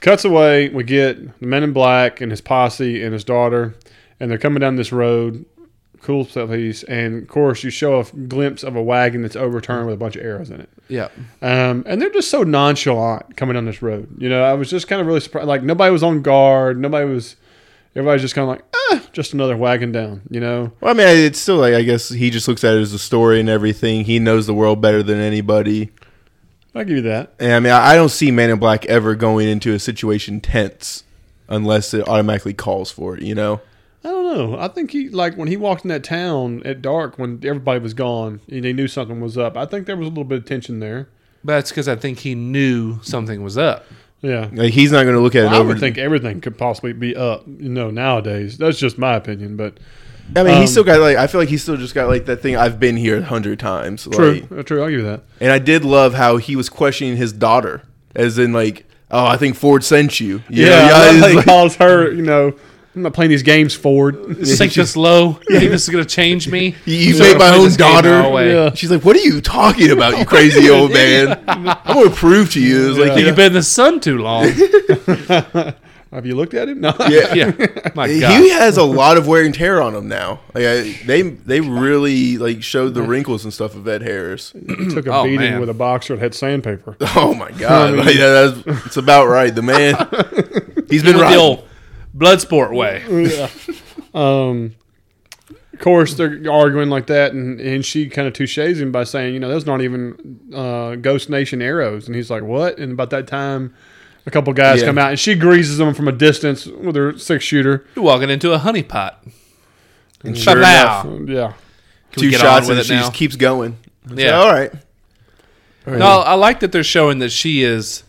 Speaker 1: cuts away. We get the Men in Black and his posse and his daughter, and they're coming down this road. Cool stuff, he's and of course you show a glimpse of a wagon that's overturned with a bunch of arrows in it.
Speaker 2: Yeah.
Speaker 1: Um, and they're just so nonchalant coming down this road. You know, I was just kind of really surprised. Like nobody was on guard. Nobody was. Everybody's just kind of like, ah, just another wagon down. You know.
Speaker 3: Well, I mean, it's still like I guess he just looks at it as a story and everything. He knows the world better than anybody.
Speaker 1: I give you that.
Speaker 3: And I mean, I I don't see Man in Black ever going into a situation tense unless it automatically calls for it. You know,
Speaker 1: I don't know. I think he like when he walked in that town at dark when everybody was gone and he knew something was up. I think there was a little bit of tension there.
Speaker 2: But that's because I think he knew something was up.
Speaker 1: Yeah.
Speaker 3: like he's not going to look at it
Speaker 1: I
Speaker 3: over.
Speaker 1: would think everything could possibly be up, you know, nowadays. That's just my opinion, but
Speaker 3: I mean,
Speaker 1: um,
Speaker 3: he's still got like I feel like he's still just got like that thing. I've been here a hundred times.
Speaker 1: true,
Speaker 3: Like,
Speaker 1: Uh, true. I'll give you that.
Speaker 3: and I did love how he was questioning his daughter, as in like, oh, I think Ford sent you. You know?
Speaker 1: I
Speaker 3: it's like-
Speaker 1: calls her, you know, I'm not playing these games, Ford.
Speaker 2: Sink this low. You think this is gonna change me?
Speaker 3: You
Speaker 2: So
Speaker 3: made
Speaker 2: I'm
Speaker 3: my
Speaker 2: gonna play
Speaker 3: own
Speaker 2: this game all the
Speaker 3: daughter.
Speaker 2: way.
Speaker 1: Yeah.
Speaker 3: She's like, "What are you talking about, you crazy old man? I'm gonna prove to you." It's like, you
Speaker 2: You've been in the sun too long.
Speaker 1: Have you looked at him? No.
Speaker 3: yeah.
Speaker 2: yeah. My God.
Speaker 3: He has a lot of wear and tear on him now. Like I, they, they really like showed the wrinkles and stuff of Ed Harris.
Speaker 1: Took a
Speaker 2: Oh,
Speaker 1: beating
Speaker 2: man.
Speaker 1: with a boxer that had sandpaper.
Speaker 3: Oh my god! Like, yeah, that's it's about right. The man, he's been
Speaker 2: Went
Speaker 3: right. Mm.
Speaker 2: the old blood sport way.
Speaker 1: Um, of course, they're arguing like that, and, and she kind of touches him by saying, you know, those aren't even uh, Ghost Nation arrows. And he's like, what? And about that time, a couple guys
Speaker 3: Yeah.
Speaker 1: come out, and she greases them from a distance with her six shooter.
Speaker 2: You're walking into a honey pot.
Speaker 3: And sure
Speaker 2: Ba-bow.
Speaker 3: enough,
Speaker 1: Yeah.
Speaker 2: Can we
Speaker 3: two
Speaker 2: get
Speaker 3: shots
Speaker 2: on with
Speaker 3: and
Speaker 2: it
Speaker 3: she
Speaker 2: now?
Speaker 3: just keeps going. It's
Speaker 2: Yeah.
Speaker 3: like, all right.
Speaker 2: No, I like that they're showing that she is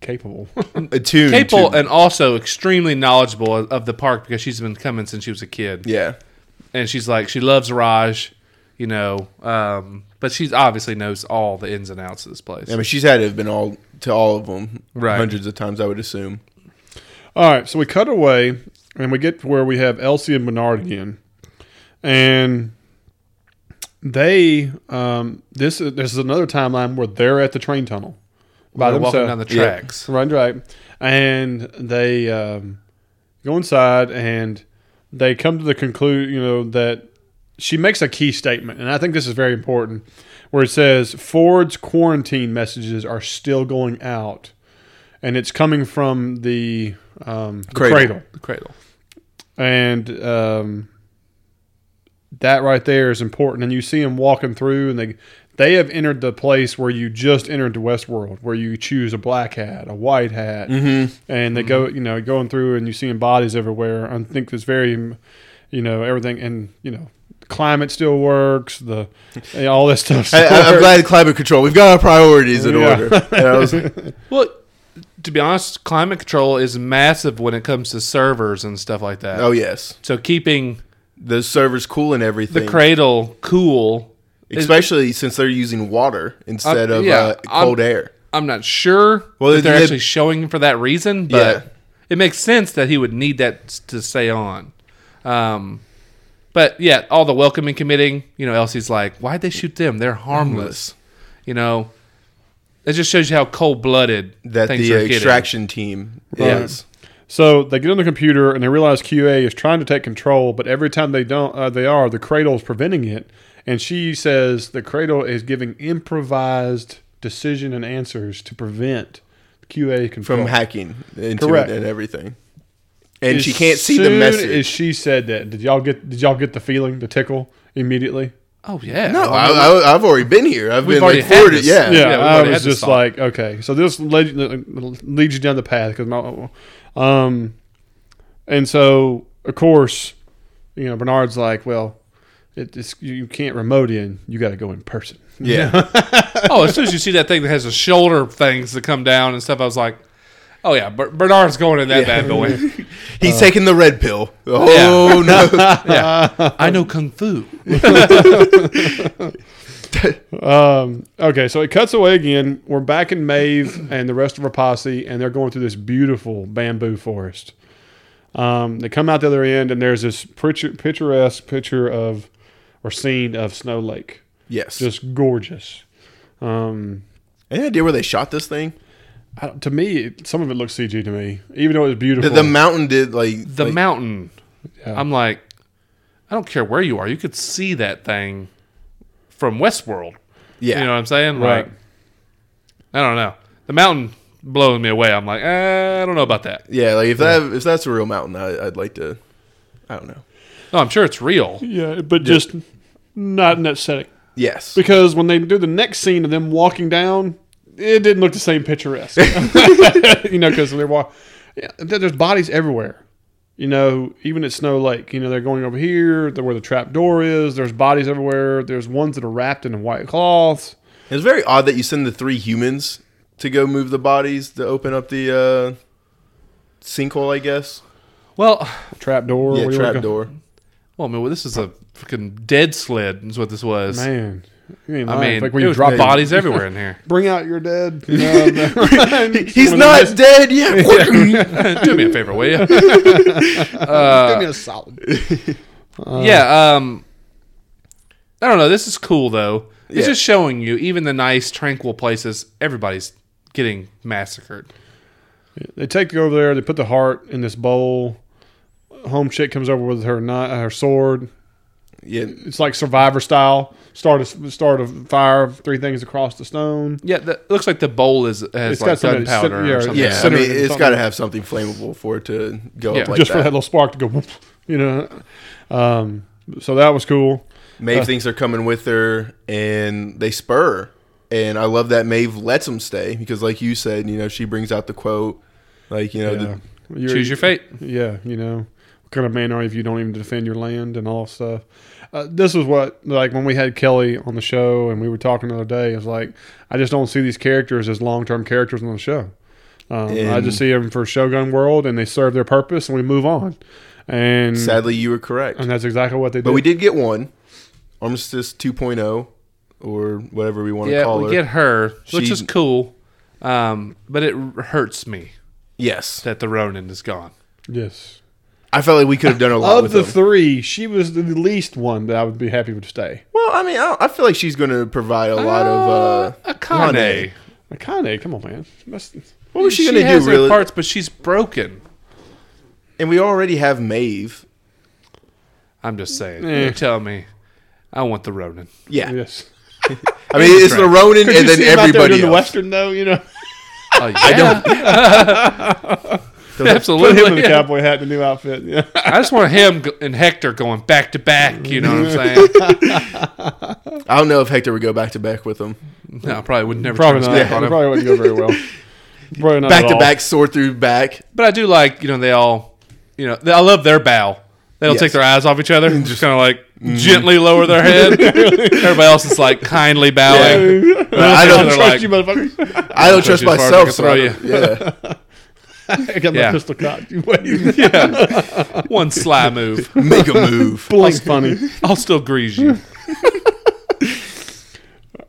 Speaker 1: Capable.
Speaker 3: Attuned.
Speaker 2: capable
Speaker 3: to-
Speaker 2: and also extremely knowledgeable of of the park because she's been coming since she was a kid.
Speaker 3: yeah.
Speaker 2: And she's like, she loves Raj, you know, um, but she obviously knows all the ins and outs of this place.
Speaker 3: I mean, she's had to have been all to all of them,
Speaker 2: Right.
Speaker 3: Hundreds of times, I would assume.
Speaker 1: All right, so we cut away and we get to where we have Elsie and Bernard again, and they um, this this is another timeline where they're at the train tunnel by
Speaker 2: They're walking
Speaker 1: themselves,
Speaker 2: down the
Speaker 3: Yeah.
Speaker 2: tracks.
Speaker 1: right, right, and they um, go inside and they come to the conclude, you know, that she makes a key statement, and I think this is very important, where it says Ford's quarantine messages are still going out, and it's coming from the, um, the
Speaker 3: Cradle.
Speaker 1: cradle.
Speaker 2: The cradle.
Speaker 1: and um, that right there is important. And you see them walking through, and they they have entered the place where you just entered the Westworld, where you choose a black hat, a white hat,
Speaker 3: Mm-hmm.
Speaker 1: and they go you know going through, and you seeing bodies everywhere. I think it's very, you know, everything, and you know. Climate still works. The all this stuff.
Speaker 3: I,
Speaker 1: still
Speaker 3: I, I'm
Speaker 1: works.
Speaker 3: glad climate control. We've got our priorities in
Speaker 1: Yeah.
Speaker 3: order. And I was-
Speaker 2: Well, to be honest, climate control is massive when it comes to servers and stuff like that.
Speaker 3: oh yes,
Speaker 2: So keeping
Speaker 3: the servers cool and
Speaker 2: the
Speaker 3: everything.
Speaker 2: cradle cool, is-
Speaker 3: especially since they're using water instead of
Speaker 2: yeah,
Speaker 3: uh, cold air.
Speaker 2: I'm not sure
Speaker 3: Well,
Speaker 2: if they're
Speaker 3: they-
Speaker 2: actually showing for that reason, but
Speaker 3: Yeah.
Speaker 2: it makes sense that he would need that s- to stay on. Um, but yeah, all the welcoming committing, you know, Elsie's like, why'd they shoot them? They're harmless. You know, it just shows you how cold blooded
Speaker 3: That
Speaker 2: things
Speaker 3: the
Speaker 2: are getting.
Speaker 3: extraction team
Speaker 1: Right.
Speaker 3: is.
Speaker 1: So they get on the computer and they realize QA is trying to take control, but every time they don't, uh, they are the cradle's preventing it. And she says the cradle is giving improvised decision and answers to prevent QA control
Speaker 3: from hacking into
Speaker 1: Correct.
Speaker 3: it and everything. And
Speaker 1: As
Speaker 3: she can't see the
Speaker 1: soon
Speaker 3: message.
Speaker 1: As she said that, did y'all get did y'all get the feeling, the tickle immediately?
Speaker 2: Oh, yeah.
Speaker 3: no, I, I, I've already been here. I've
Speaker 2: We've
Speaker 3: been
Speaker 2: already
Speaker 3: like
Speaker 2: had
Speaker 3: forwarded.
Speaker 2: this.
Speaker 3: Yeah.
Speaker 1: yeah,
Speaker 2: Yeah, we
Speaker 1: I
Speaker 2: already
Speaker 1: was
Speaker 2: had this
Speaker 1: just
Speaker 2: thought.
Speaker 1: like, okay, so this led, leads you down the path because my, um, and so of course, you know, Bernard's like, well, it, it's you, you can't remote in, you got to go in person.
Speaker 3: yeah.
Speaker 2: oh, as soon as you see that thing that has the shoulder things that come down and stuff, I was like, oh yeah, Ber- Bernard's going in that bad boy.
Speaker 3: He's taking the red pill. Oh no.
Speaker 2: Yeah, I know kung fu.
Speaker 1: Um, okay, so it cuts away again. We're back in Maeve and the rest of her posse, and they're going through this beautiful bamboo forest. Um, they come out the other end, and there's this picture, picturesque picture of or scene of Snow Lake,
Speaker 3: yes.
Speaker 1: just gorgeous. Um,
Speaker 3: Any idea where they shot this thing?
Speaker 1: I, to me, it- some of it looks CG to me, even though it was
Speaker 3: The,
Speaker 1: beautiful.
Speaker 3: the mountain did like
Speaker 2: The
Speaker 3: like,
Speaker 2: mountain.
Speaker 1: Yeah.
Speaker 2: I'm like, I don't care where you are, you could see that thing from Westworld.
Speaker 3: Yeah.
Speaker 2: You know what I'm saying?
Speaker 1: Right.
Speaker 2: Like, I don't know. The mountain blowing me away. I'm like, eh, I don't know about that.
Speaker 3: yeah. Like if that if that's a real mountain, I, I'd like to. I don't know.
Speaker 2: No, I'm sure it's real.
Speaker 1: yeah, but just not in that setting.
Speaker 3: Yes.
Speaker 1: Because when they do the next scene of them walking down, it didn't look the same picturesque. you know, because they're walking. Yeah, there- there's bodies everywhere. You know, even at Snow Lake, you know, they're going over here the, where the trap door is. There's bodies everywhere. There's ones that are wrapped in white cloths.
Speaker 3: It's very odd that you send the three humans to go move the bodies to open up the uh, sinkhole. I guess.
Speaker 2: Well,
Speaker 1: Trap door.
Speaker 3: yeah.
Speaker 1: where you
Speaker 3: Trap
Speaker 1: wanna go-
Speaker 3: door.
Speaker 2: well, I mean, well, this is a freaking dead sled, is what this was.
Speaker 1: Man. You ain't
Speaker 2: I
Speaker 1: lying.
Speaker 2: mean,
Speaker 1: like
Speaker 2: there
Speaker 1: when you
Speaker 2: was
Speaker 1: drop bodies.
Speaker 2: bodies everywhere in here.
Speaker 1: Bring out your dead. You know, the-
Speaker 3: He's
Speaker 1: One of
Speaker 3: not
Speaker 1: those-
Speaker 3: dead yet.
Speaker 2: Do me a favor, will you?
Speaker 1: Give me a solid.
Speaker 2: yeah. Um, I don't know. This is cool though. It's
Speaker 3: Yeah.
Speaker 2: just showing you even the nice, tranquil places. Everybody's getting massacred.
Speaker 1: They take it over there. They put the heart in this bowl. Home chick comes over with her knife, her sword.
Speaker 3: yeah.
Speaker 1: It's like Survivor style. Start a start a fire. Three things across the stone.
Speaker 2: Yeah, the, it looks like the bowl is has
Speaker 1: It's
Speaker 2: like
Speaker 1: got something-
Speaker 2: gunpowder
Speaker 1: yeah,
Speaker 2: or something.
Speaker 3: Yeah, I
Speaker 1: Cinder
Speaker 3: mean,
Speaker 1: and
Speaker 3: it's
Speaker 1: something.
Speaker 3: got to have something flammable for it to go
Speaker 2: Yeah.
Speaker 3: up like
Speaker 1: just for that
Speaker 3: that.
Speaker 1: little spark to go. whoop, You know. Um, so that was cool.
Speaker 3: Maeve thinks they're coming with her, and they spur. And I love that Maeve lets them stay because, like you said, you know, she brings out the quote, like you know,
Speaker 1: Yeah. You're-
Speaker 2: Choose your fate.
Speaker 1: Yeah, you know, what kind of man are you if you don't even defend your land and all stuff? Uh, this is what, like, when we had Kelly on the show and we were talking the other day, it's like, I just don't see these characters as long term characters on the show. Um, I
Speaker 3: And-
Speaker 1: just see them for Shogun World and they serve their purpose and we move on. And
Speaker 3: the, sadly, you were correct.
Speaker 1: and that's exactly what they did.
Speaker 3: But we did get one, Armistice 2.0, or whatever we want to
Speaker 2: Yeah,
Speaker 3: call
Speaker 2: we
Speaker 3: her.
Speaker 2: get her, which
Speaker 3: She-
Speaker 2: is cool. Um, but it r- hurts me
Speaker 3: yes,
Speaker 2: that the Ronin is gone.
Speaker 1: Yes.
Speaker 3: I felt like we could have done a lot
Speaker 1: Of
Speaker 3: with
Speaker 1: the
Speaker 3: them.
Speaker 1: three, she was the least one that I would be happy to stay.
Speaker 3: well, I mean, I, don't- I feel like she's going to provide a lot of. Uh,
Speaker 2: Uh, Akane.
Speaker 3: Akane.
Speaker 1: Akane, come on, man. That's,
Speaker 3: what was she,
Speaker 2: she
Speaker 3: going to
Speaker 2: has
Speaker 3: do?
Speaker 2: her
Speaker 3: Really?
Speaker 2: parts, but she's broken.
Speaker 3: and we already have Maeve.
Speaker 2: I'm just saying.
Speaker 1: Eh.
Speaker 2: You tell me. I want the Ronin.
Speaker 3: Yeah,
Speaker 1: yes.
Speaker 3: I mean, it's the Ronin, and then
Speaker 1: see him out there
Speaker 3: everybody
Speaker 1: doing the
Speaker 3: else.
Speaker 1: Western, though, you know?
Speaker 2: Oh, yeah. I don't.
Speaker 1: Put him in
Speaker 2: Absolutely.
Speaker 1: the cowboy hat and a new outfit. Yeah.
Speaker 2: I just want him g- and Hector going back to back. You know what I'm saying?
Speaker 3: I don't know if Hector would go back to back with him.
Speaker 2: No, I probably would never.
Speaker 1: Probably
Speaker 2: Probably
Speaker 1: not.
Speaker 2: back on
Speaker 1: It
Speaker 2: him.
Speaker 1: probably wouldn't go very well. Probably not
Speaker 3: Back
Speaker 1: at
Speaker 3: to
Speaker 1: all.
Speaker 3: back, sword through back.
Speaker 2: But I do like you know they all you know they, I love their bow. They don't
Speaker 3: Yes.
Speaker 2: take their eyes off each other. Just kind of like gently lower their head. Everybody else is like kindly bowing.
Speaker 3: I
Speaker 1: I don't
Speaker 3: don't
Speaker 2: They're
Speaker 1: trust
Speaker 2: like-
Speaker 1: you, motherfuckers.
Speaker 3: I don't
Speaker 2: Push
Speaker 3: trust
Speaker 2: you as far as I
Speaker 3: myself.
Speaker 2: can
Speaker 3: So
Speaker 2: throw
Speaker 3: I don't- yeah.
Speaker 1: I got my
Speaker 2: Yeah.
Speaker 1: pistol cocked. You wait.
Speaker 2: Yeah, one sly move.
Speaker 3: Make a move.
Speaker 1: Blink funny.
Speaker 2: I'll still grease you.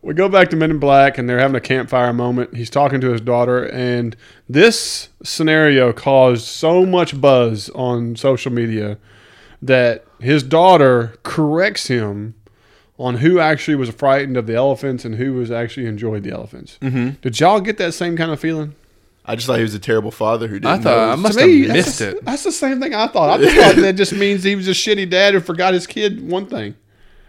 Speaker 1: We go back to Men in Black, and they're having a campfire moment. He's talking to his daughter, and this scenario caused so much buzz on social media that his daughter corrects him on who actually was frightened of the elephants and who was actually enjoyed the elephants. Mm-hmm. Did y'all get that same kind of feeling?
Speaker 3: I just thought he was a terrible father who didn't.
Speaker 2: I thought I
Speaker 3: know.
Speaker 2: must
Speaker 1: To me,
Speaker 2: have
Speaker 1: that's
Speaker 2: missed
Speaker 1: the-
Speaker 2: it.
Speaker 1: That's the same thing I thought. I just thought that just means he was a shitty dad who forgot his kid. One thing.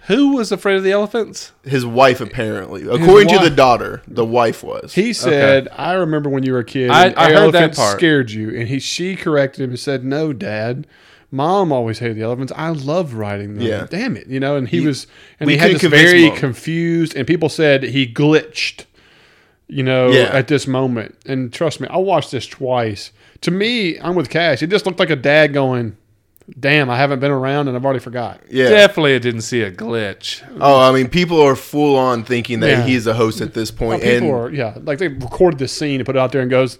Speaker 2: Who was afraid of the elephants?
Speaker 3: his wife apparently, according to
Speaker 1: wife.
Speaker 3: the daughter, the wife was.
Speaker 1: He said, "I remember when you were a kid,
Speaker 2: I-
Speaker 1: and
Speaker 2: I heard that
Speaker 1: elephants
Speaker 2: part.
Speaker 1: scared you." And he, she corrected him and said, "No, Dad, Mom always hated the elephants. I love riding them.
Speaker 3: Yeah.
Speaker 1: Damn it, you know." And he was, and
Speaker 3: we
Speaker 1: he had
Speaker 3: couldn't
Speaker 1: this
Speaker 3: convince
Speaker 1: very
Speaker 3: Mom.
Speaker 1: confused. And people said he glitched, you know,
Speaker 3: Yeah.
Speaker 1: at this moment. And trust me, I watched this twice. To me, I'm with Cash. It just looked like a dad going, "Damn, I haven't been around, and I've already forgot."
Speaker 3: yeah.
Speaker 2: Definitely, I didn't see a glitch.
Speaker 3: Oh, I mean, people are full on thinking that
Speaker 1: Yeah.
Speaker 3: he's a host at this point,
Speaker 1: People
Speaker 3: and
Speaker 1: are, yeah, like they recorded this scene and put it out there and goes.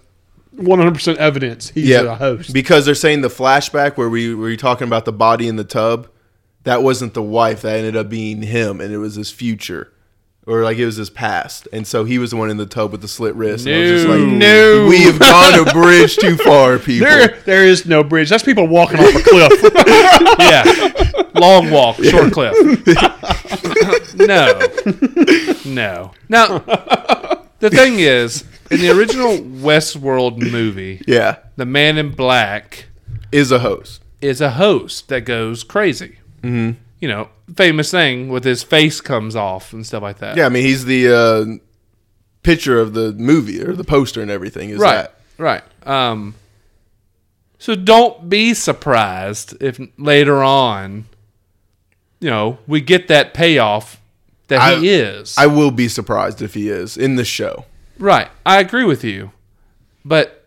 Speaker 1: 100% evidence he's
Speaker 3: yeah,
Speaker 1: a host.
Speaker 3: because they're saying the flashback where we were talking about the body in the tub. That wasn't the wife. That ended up being him, and it was his future, or like it was his past. And so he was the one in the tub with the slit wrist. and I was just
Speaker 2: No.
Speaker 3: like,
Speaker 1: No.
Speaker 3: we have gone a bridge too far, people.
Speaker 1: There, there is no bridge. That's people walking off a cliff.
Speaker 2: Yeah, long walk, short cliff. no, no. Now, the thing is, in the original Westworld movie,
Speaker 3: Yeah,
Speaker 2: the Man in Black
Speaker 3: is a host.
Speaker 2: is a host that goes crazy. Mm-hmm. You know, famous thing with his face comes off and stuff like that.
Speaker 3: Yeah, I mean, he's the uh, picture of the movie or the poster and everything. Is
Speaker 2: right,
Speaker 3: that?
Speaker 2: right. Um, so don't be surprised if later on, you know, we get that payoff that he is.
Speaker 3: I will be surprised if he is in the show.
Speaker 2: Right. I agree with you. But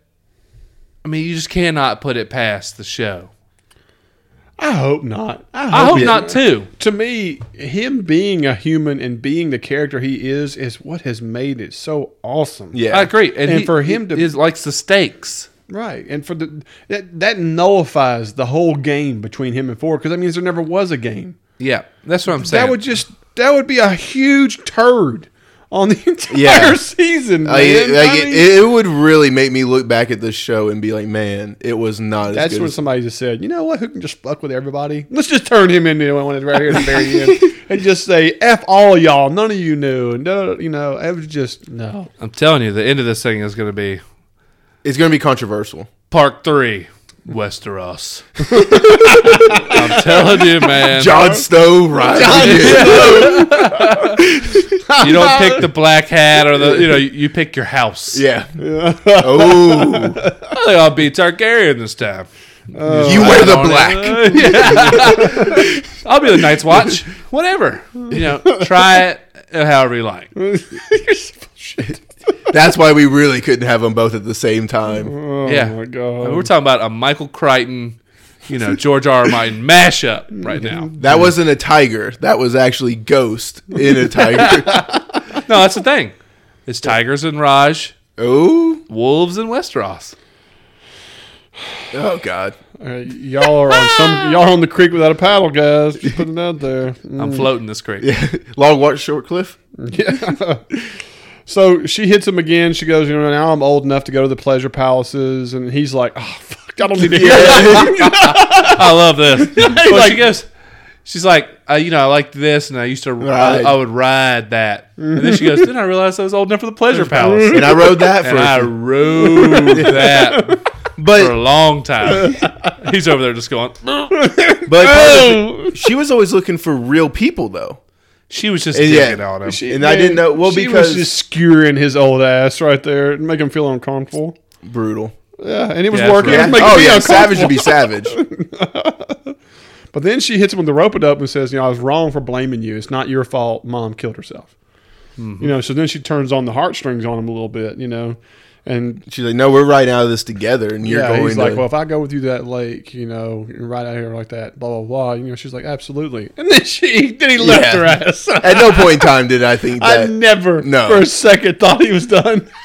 Speaker 2: I mean, you just cannot put it past the show.
Speaker 1: I hope not. I hope,
Speaker 2: I hope
Speaker 3: yeah.
Speaker 2: not too.
Speaker 1: to me, him being a human and being the character he is is what has made it so awesome.
Speaker 3: Yeah,
Speaker 2: I agree.
Speaker 1: And for him to-
Speaker 2: he is likes the stakes.
Speaker 1: right. And for the that that nullifies the whole game between him and Ford because that means there never was a game.
Speaker 2: Yeah, that's what I'm saying.
Speaker 1: That would just that would be a huge turd on the entire
Speaker 3: Yeah.
Speaker 1: season.
Speaker 3: Like, it-
Speaker 1: man.
Speaker 3: like,
Speaker 1: I
Speaker 3: it-
Speaker 1: mean-
Speaker 3: it, would really make me look back at this show and be like, man, it was not
Speaker 1: That's
Speaker 3: as good.
Speaker 1: when
Speaker 3: As,
Speaker 1: somebody just said, you know what, who can just fuck with everybody? Let's just turn him into one that's right here at the very end and just say, F all y'all, none of you knew. And no, you know, it was just, no.
Speaker 2: I'm telling you, the end of this thing is going to be
Speaker 3: it's going to be controversial.
Speaker 2: part three, Westeros. I'm telling you, man.
Speaker 3: John Snow, right?
Speaker 2: You don't pick the black hat or the, you know, you- you pick your house.
Speaker 3: yeah. oh,
Speaker 2: I think I'll be Targaryen this time.
Speaker 3: you wear the
Speaker 2: on it.
Speaker 3: black.
Speaker 2: I'll be the Night's Watch. Whatever. You know, try it however you like.
Speaker 3: That's why we really couldn't have them both at the same time.
Speaker 1: Oh
Speaker 2: Yeah.
Speaker 1: my
Speaker 2: I
Speaker 3: Um,
Speaker 2: mean, we're
Speaker 1: God.
Speaker 2: talking about a Michael Crichton, you know, George R. R. Martin mashup right now.
Speaker 3: That wasn't a tiger. That was actually Ghost in a tiger.
Speaker 2: No, that's the thing. It's tigers and Raj,
Speaker 3: oh,
Speaker 2: wolves and Westeros.
Speaker 3: oh God.
Speaker 1: All right, y'all are on some, y'all are on the creek without a paddle, guys. Just putting it out there.
Speaker 2: I'm
Speaker 3: Mm.
Speaker 2: floating this creek.
Speaker 3: Long walk, short cliff.
Speaker 1: Yeah. so she hits him again. She goes, you know, now I'm old enough to go to the pleasure palaces. And he's like, oh, fuck, I don't need to hear that.
Speaker 2: I love this. well,
Speaker 1: like-
Speaker 2: she goes. She's like, I, you know, I liked this, and I used to,
Speaker 3: Ride.
Speaker 2: I, I would ride that. And then she goes, then I realized I was old enough for the pleasure palace,
Speaker 3: And I rode that for.
Speaker 2: and
Speaker 3: a
Speaker 2: I
Speaker 3: few-
Speaker 2: rode that
Speaker 3: but
Speaker 2: for a long time. He's over there just going. "Mm."
Speaker 3: but part of it- she was always looking for real people though.
Speaker 2: She was just
Speaker 3: And yeah.
Speaker 2: digging on him.
Speaker 1: She-
Speaker 3: And I didn't know- well,
Speaker 1: she
Speaker 3: because-
Speaker 1: was just skewering his old ass right there, and make him feel uncomfortable.
Speaker 3: Brutal.
Speaker 1: Yeah, and it was
Speaker 2: Yeah, that's
Speaker 1: working. It was
Speaker 2: right.
Speaker 1: making
Speaker 3: oh
Speaker 1: me
Speaker 3: yeah,
Speaker 1: uncomfortable.
Speaker 3: savage to be savage.
Speaker 1: But then she hits him with the rope it up and says, "You know, I was wrong for blaming you. It's not your fault. Mom killed herself." You know, so then she turns on the heartstrings on him a little bit. You know, and
Speaker 3: She's like, no, we're riding out of this together, and you're
Speaker 1: yeah,
Speaker 3: going
Speaker 1: he's
Speaker 3: to.
Speaker 1: like, "Well, if I go with you to that lake, you know, and ride out here like that, blah blah blah." You know, she's like, "Absolutely." And then she then he left
Speaker 3: Yeah.
Speaker 1: her ass.
Speaker 3: at no point in time did I think
Speaker 1: I
Speaker 3: that.
Speaker 1: never
Speaker 3: no.
Speaker 1: for a second thought he was done.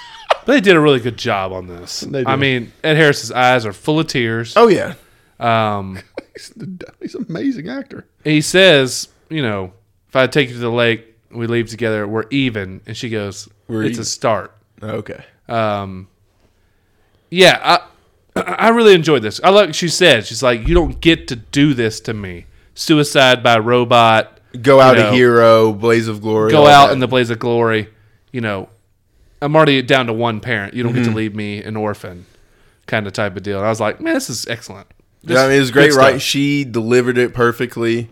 Speaker 2: They did a really good job on this.
Speaker 1: They
Speaker 2: I
Speaker 1: did.
Speaker 2: mean, Ed Harris's eyes are full of tears.
Speaker 3: oh yeah,
Speaker 2: Um,
Speaker 1: he's, the, he's an amazing actor.
Speaker 2: he says, you know, if I take you to the lake, we leave together, we're even. And she goes,
Speaker 3: We're
Speaker 2: it's
Speaker 3: even.
Speaker 2: a start.
Speaker 3: okay.
Speaker 2: Um, yeah, I I really enjoyed this. I like she said she's like you don't get to do this to me. Suicide by robot.
Speaker 3: Go out
Speaker 2: You
Speaker 3: a
Speaker 2: know,
Speaker 3: hero, blaze of glory.
Speaker 2: Go
Speaker 3: all
Speaker 2: out
Speaker 3: that.
Speaker 2: in the blaze of glory. You know, I'm already down to one parent. You don't
Speaker 3: Mm-hmm.
Speaker 2: get to leave me an orphan, kind of type of deal. And I was like, man, this is excellent.
Speaker 3: Yeah, I mean, it was
Speaker 2: This-
Speaker 3: great,
Speaker 2: good
Speaker 3: right?
Speaker 2: stuff.
Speaker 3: She delivered it perfectly,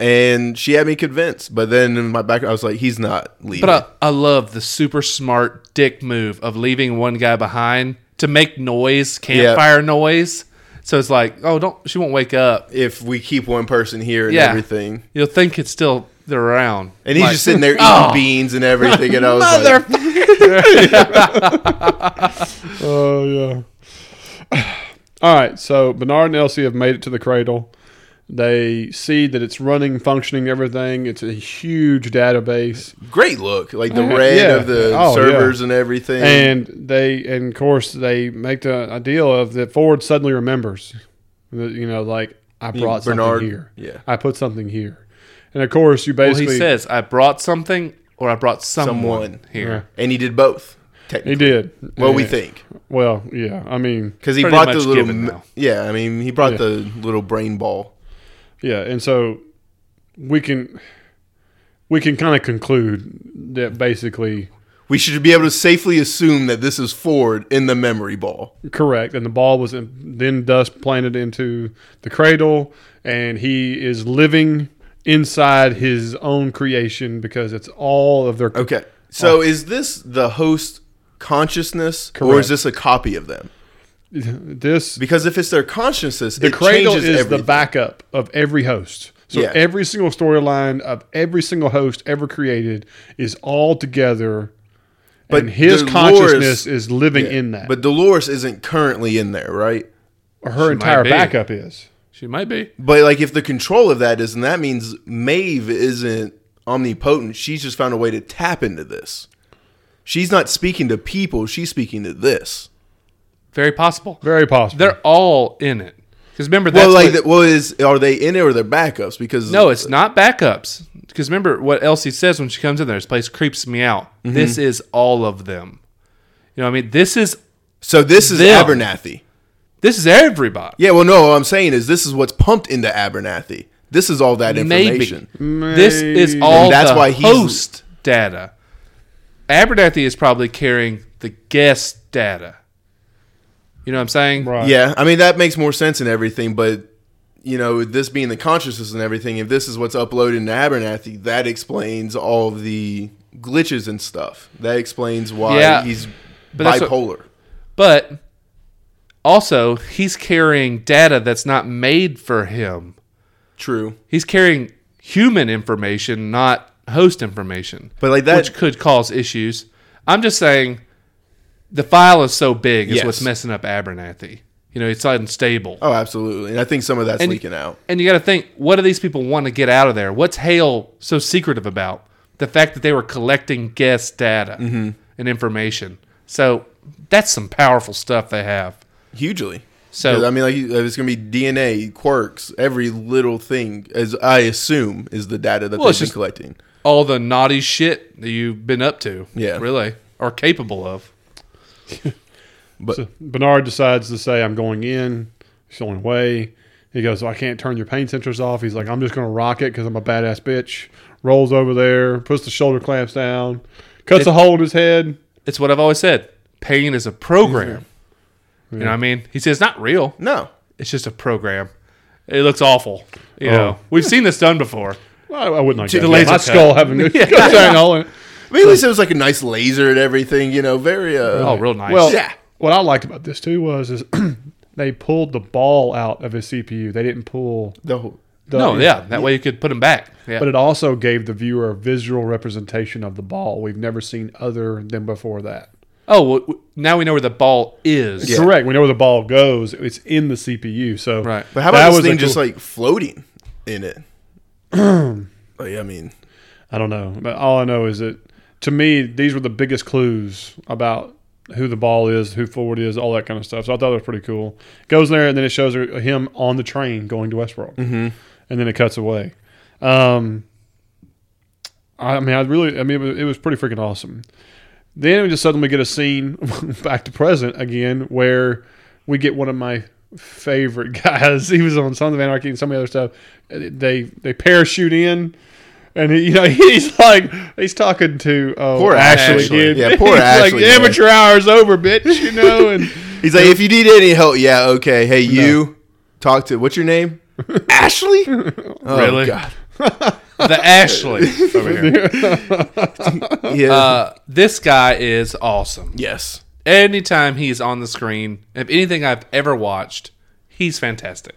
Speaker 3: and she had me convinced. But then in my back, I was like, he's not leaving.
Speaker 2: But
Speaker 1: uh,
Speaker 2: I, I love the super smart dick move of leaving one guy behind to make noise, campfire noise. So it's like, oh, don't she won't wake up.
Speaker 3: if we keep one person here and
Speaker 2: Yeah.
Speaker 3: everything,
Speaker 2: You'll think it's still they're around.
Speaker 3: and he's
Speaker 2: Like,
Speaker 3: just sitting there eating beans and everything, and I was like,
Speaker 1: Oh yeah. All right, so Bernard and Elsie have made it to the cradle. They see that it's running, functioning, everything. It's a huge database,
Speaker 3: great look, like the
Speaker 1: Yeah.
Speaker 3: red
Speaker 1: Yeah.
Speaker 3: of the
Speaker 1: Oh, yeah.
Speaker 3: servers and everything.
Speaker 1: and they, and of course, they make the a deal of that Ford suddenly remembers, that, you know, like I brought
Speaker 3: Bernard,
Speaker 1: something here,
Speaker 3: yeah.
Speaker 1: I put something here, and of course, you
Speaker 2: Well, he
Speaker 1: basically
Speaker 2: says, I brought something or I brought someone,
Speaker 3: Someone.
Speaker 2: here.
Speaker 3: and he did both.
Speaker 1: he
Speaker 3: Technically,
Speaker 1: did.
Speaker 3: Well, we
Speaker 1: Yeah.
Speaker 3: think
Speaker 1: Well, yeah, I mean,
Speaker 3: because he
Speaker 2: Pretty
Speaker 3: brought the
Speaker 2: much
Speaker 3: little.
Speaker 2: given
Speaker 3: m-
Speaker 2: now.
Speaker 3: Yeah, I mean, he brought
Speaker 1: Yeah.
Speaker 3: the little brain ball.
Speaker 1: Yeah, and so we can we can kind of conclude that basically
Speaker 3: We should be able to safely assume that this is Ford in the memory ball.
Speaker 1: correct, and the ball was in, then dust planted into the cradle, and he is living inside his own creation because it's all of their
Speaker 3: Okay.
Speaker 1: Oh.
Speaker 3: So is this the host consciousness or
Speaker 1: Correct.
Speaker 3: is this a copy of them?
Speaker 1: this
Speaker 3: Because if it's their consciousness,
Speaker 1: the
Speaker 3: it
Speaker 1: cradle is
Speaker 3: changes everything.
Speaker 1: the backup of every host. So
Speaker 3: Yeah.
Speaker 1: every single storyline of every single host ever created is all together.
Speaker 3: But
Speaker 1: and his
Speaker 3: Dolores-
Speaker 1: consciousness is living
Speaker 3: Yeah.
Speaker 1: in that.
Speaker 3: But Dolores isn't currently in there, right?
Speaker 1: her
Speaker 2: might
Speaker 1: entire
Speaker 2: be.
Speaker 1: backup is.
Speaker 2: She might be.
Speaker 3: But like if the control of that isn't, that means Maeve isn't omnipotent. She's just found a way to tap into this. She's not speaking to people, she's speaking to this.
Speaker 2: Very possible.
Speaker 1: Very possible.
Speaker 2: They're all in it. Because remember, that's
Speaker 3: Well, like,
Speaker 2: what-
Speaker 3: the, well, is are they in it or they're backups? Because
Speaker 2: no, it's not backups. Because remember what Elsie says when she comes in there. This place creeps me out.
Speaker 3: Mm-hmm.
Speaker 2: This is all of them. You know, what I mean, this is
Speaker 3: so. This is
Speaker 2: Them.
Speaker 3: Abernathy.
Speaker 2: this is everybody.
Speaker 3: Yeah, well, no, what I'm saying is this is what's pumped into Abernathy. This is all that
Speaker 2: Maybe.
Speaker 3: information.
Speaker 2: This is
Speaker 1: Maybe.
Speaker 2: all
Speaker 3: And that's
Speaker 2: the
Speaker 3: why he's-
Speaker 2: host data. Abernathy is probably carrying the guest data. You know what I'm saying?
Speaker 1: Right.
Speaker 3: Yeah, I mean that makes more sense and everything, but you know, this being the consciousness and everything, if this is what's uploaded into Abernathy, that explains all of the glitches and stuff. That explains why
Speaker 2: Yeah,
Speaker 3: he's
Speaker 2: but that's what-
Speaker 3: bipolar.
Speaker 2: But also, he's carrying data that's not made for him.
Speaker 3: True,
Speaker 2: He's carrying human information, not host information,
Speaker 3: but like that.
Speaker 2: which could cause issues. I'm just saying the file is so big is
Speaker 3: Yes.
Speaker 2: what's messing up Abernathy. You know, it's unstable.
Speaker 3: oh, absolutely, and I think some of that's
Speaker 2: And-
Speaker 3: leaking out.
Speaker 2: And you got to think, what do these people want to get out of there? What's Hale so secretive about? The fact that they were collecting guest data and information. So that's some powerful stuff they have.
Speaker 3: hugely.
Speaker 2: So-
Speaker 3: 'Cause, I mean, like you- it's going to be DNA, quirks, every little thing, as I assume, is the data that
Speaker 2: Well, it's
Speaker 3: they've been
Speaker 2: just-
Speaker 3: collecting.
Speaker 2: all the naughty shit that you've been up to.
Speaker 3: Yeah.
Speaker 2: Really. Or capable of.
Speaker 3: But
Speaker 1: So Bernard decides to say, "I'm going in." It's the only way. He goes, "I can't turn your pain sensors off." He's like, "I'm just going to rock it because I'm a badass bitch." Rolls over there, puts the shoulder clamps down, cuts a hole in his head.
Speaker 2: It's what I've always said. Pain is a program. You know what I mean? He says it's not real.
Speaker 3: no,
Speaker 2: It's just a program. It looks awful. You
Speaker 1: Oh.
Speaker 2: know. We've seen this done before.
Speaker 1: I, I wouldn't like
Speaker 2: To
Speaker 1: that.
Speaker 2: the laser
Speaker 1: My
Speaker 2: cut.
Speaker 1: skull having a giant hole in it.
Speaker 3: I mean, at least it was like a nice laser and everything, you know, very. Uh,
Speaker 2: Oh, real nice.
Speaker 1: Well,
Speaker 3: Yeah.
Speaker 1: what I liked about this too was is they pulled the ball out of his CPU. They didn't pull
Speaker 3: The whole,
Speaker 1: the
Speaker 2: no, yeah. That way you could put them back. Yeah.
Speaker 1: But it also gave the viewer a visual representation of the ball we've never seen other than before that.
Speaker 2: oh, well, w- now we know where the ball is.
Speaker 3: Yeah.
Speaker 1: Correct. We know where the ball goes. It's in the CPU. So
Speaker 2: Right.
Speaker 3: but how
Speaker 1: That
Speaker 3: about this
Speaker 1: was a
Speaker 3: thing just
Speaker 1: cool-
Speaker 3: like floating in it? like, I mean,
Speaker 1: I don't know. But all I know is that to me, these were the biggest clues about who the ball is, who forward is, all that kind of stuff. So I thought it was pretty cool. Goes there and then it shows her, him on the train going to Westworld, mm-hmm. and then it cuts away. Um, I mean, I really, I mean, it was, it was pretty freaking awesome. Then we just suddenly get a scene back to present again where we get one of my favorite guys. He was on Sons of Anarchy and some of the other stuff. They they parachute in, and he, you know he's like he's talking to oh,
Speaker 3: Poor
Speaker 1: Ashley,
Speaker 3: Ashley.
Speaker 1: again.
Speaker 3: Yeah, poor
Speaker 1: He's
Speaker 3: Ashley,
Speaker 1: Like
Speaker 3: man.
Speaker 1: amateur hours over, bitch. You know, and
Speaker 3: he's like, if you need any help, yeah, okay. Hey, you talk to what's your name? Ashley? Oh,
Speaker 2: Really?
Speaker 3: God.
Speaker 2: The Ashley over here.
Speaker 3: Yeah.
Speaker 2: Uh, this guy is awesome.
Speaker 3: yes.
Speaker 2: Anytime he's on the screen, if anything I've ever watched, he's fantastic.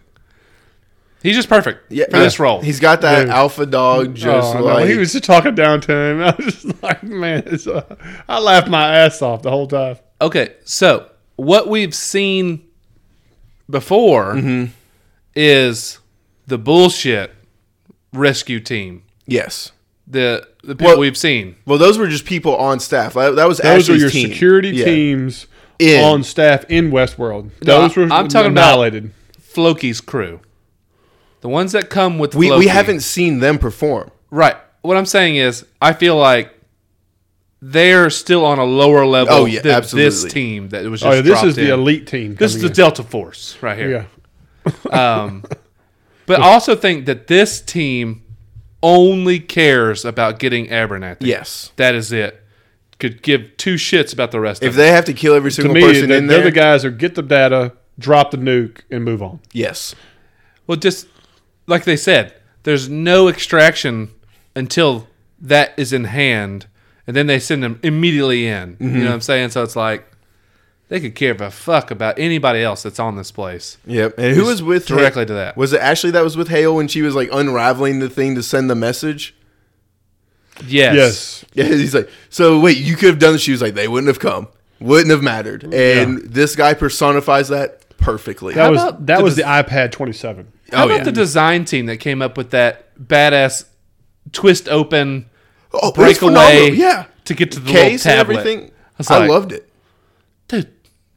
Speaker 2: He's just perfect
Speaker 3: Yeah,
Speaker 2: for this role.
Speaker 3: He's got that
Speaker 1: Dude.
Speaker 3: alpha dog just
Speaker 1: Oh, no,
Speaker 3: like
Speaker 1: he was just talking down to him. I was just like, man, it's, uh, I laughed my ass off the whole time.
Speaker 2: Okay, so what we've seen before
Speaker 3: Mm-hmm.
Speaker 2: is the bullshit rescue team.
Speaker 3: yes.
Speaker 2: The the people
Speaker 3: Well-
Speaker 2: we've seen.
Speaker 3: Well, those were just people on staff. Like, that was
Speaker 1: Those
Speaker 3: Ashley's
Speaker 1: are your
Speaker 3: team.
Speaker 1: security
Speaker 3: Yeah.
Speaker 1: teams
Speaker 3: In.
Speaker 1: on staff in Westworld.
Speaker 2: No,
Speaker 1: Those were
Speaker 2: I'm talking about-
Speaker 1: annihilated.
Speaker 2: Floki's crew. The ones that come with
Speaker 3: We
Speaker 2: Floki.
Speaker 3: we haven't seen them perform.
Speaker 2: Right. What I'm saying is I feel like they're still on a lower level
Speaker 3: Oh, yeah,
Speaker 2: than this
Speaker 3: absolutely.
Speaker 2: team that was just
Speaker 1: Oh, yeah, this
Speaker 2: dropped
Speaker 1: is the
Speaker 2: in.
Speaker 1: elite team.
Speaker 2: This is the
Speaker 1: coming
Speaker 2: Delta Force right here.
Speaker 1: in. yeah.
Speaker 2: Um, but I also think that this team only cares about getting Abernathy.
Speaker 3: Yes.
Speaker 2: That is it. Could give two shits about the rest
Speaker 3: If
Speaker 2: of it.
Speaker 3: they have to kill every
Speaker 1: To
Speaker 3: single
Speaker 1: me,
Speaker 3: person
Speaker 1: they're,
Speaker 3: in
Speaker 1: they're
Speaker 3: there,
Speaker 1: the guys who get the data, drop the nuke, and move on.
Speaker 3: yes,
Speaker 2: Well, just like they said, there's no extraction until that is in hand, and then they send them immediately in.
Speaker 3: Mm-hmm.
Speaker 2: You know what I'm saying? So it's like they could care a fuck about anybody else that's on this place.
Speaker 3: yep. And who was with
Speaker 2: directly to that.
Speaker 3: Was it Ashley that was with Hale when she was like unraveling the thing to send the message?
Speaker 2: Yes.
Speaker 1: Yes.
Speaker 3: Yeah, he's like, so wait, you could have done this. She was like, they wouldn't have come, wouldn't have mattered. And this guy personifies that perfectly.
Speaker 1: That
Speaker 2: How
Speaker 1: was
Speaker 2: about
Speaker 1: that
Speaker 2: the
Speaker 1: was
Speaker 2: des-
Speaker 1: the iPad 27.
Speaker 2: How
Speaker 3: Oh,
Speaker 2: about
Speaker 3: yeah.
Speaker 2: the design team that came up with that badass twist open
Speaker 3: oh, it was
Speaker 2: breakaway?
Speaker 3: phenomenal. yeah,
Speaker 2: To get to the
Speaker 3: case
Speaker 2: little
Speaker 3: and
Speaker 2: tablet.
Speaker 3: everything.
Speaker 2: was
Speaker 3: I
Speaker 2: like-
Speaker 3: loved it.
Speaker 2: Dude,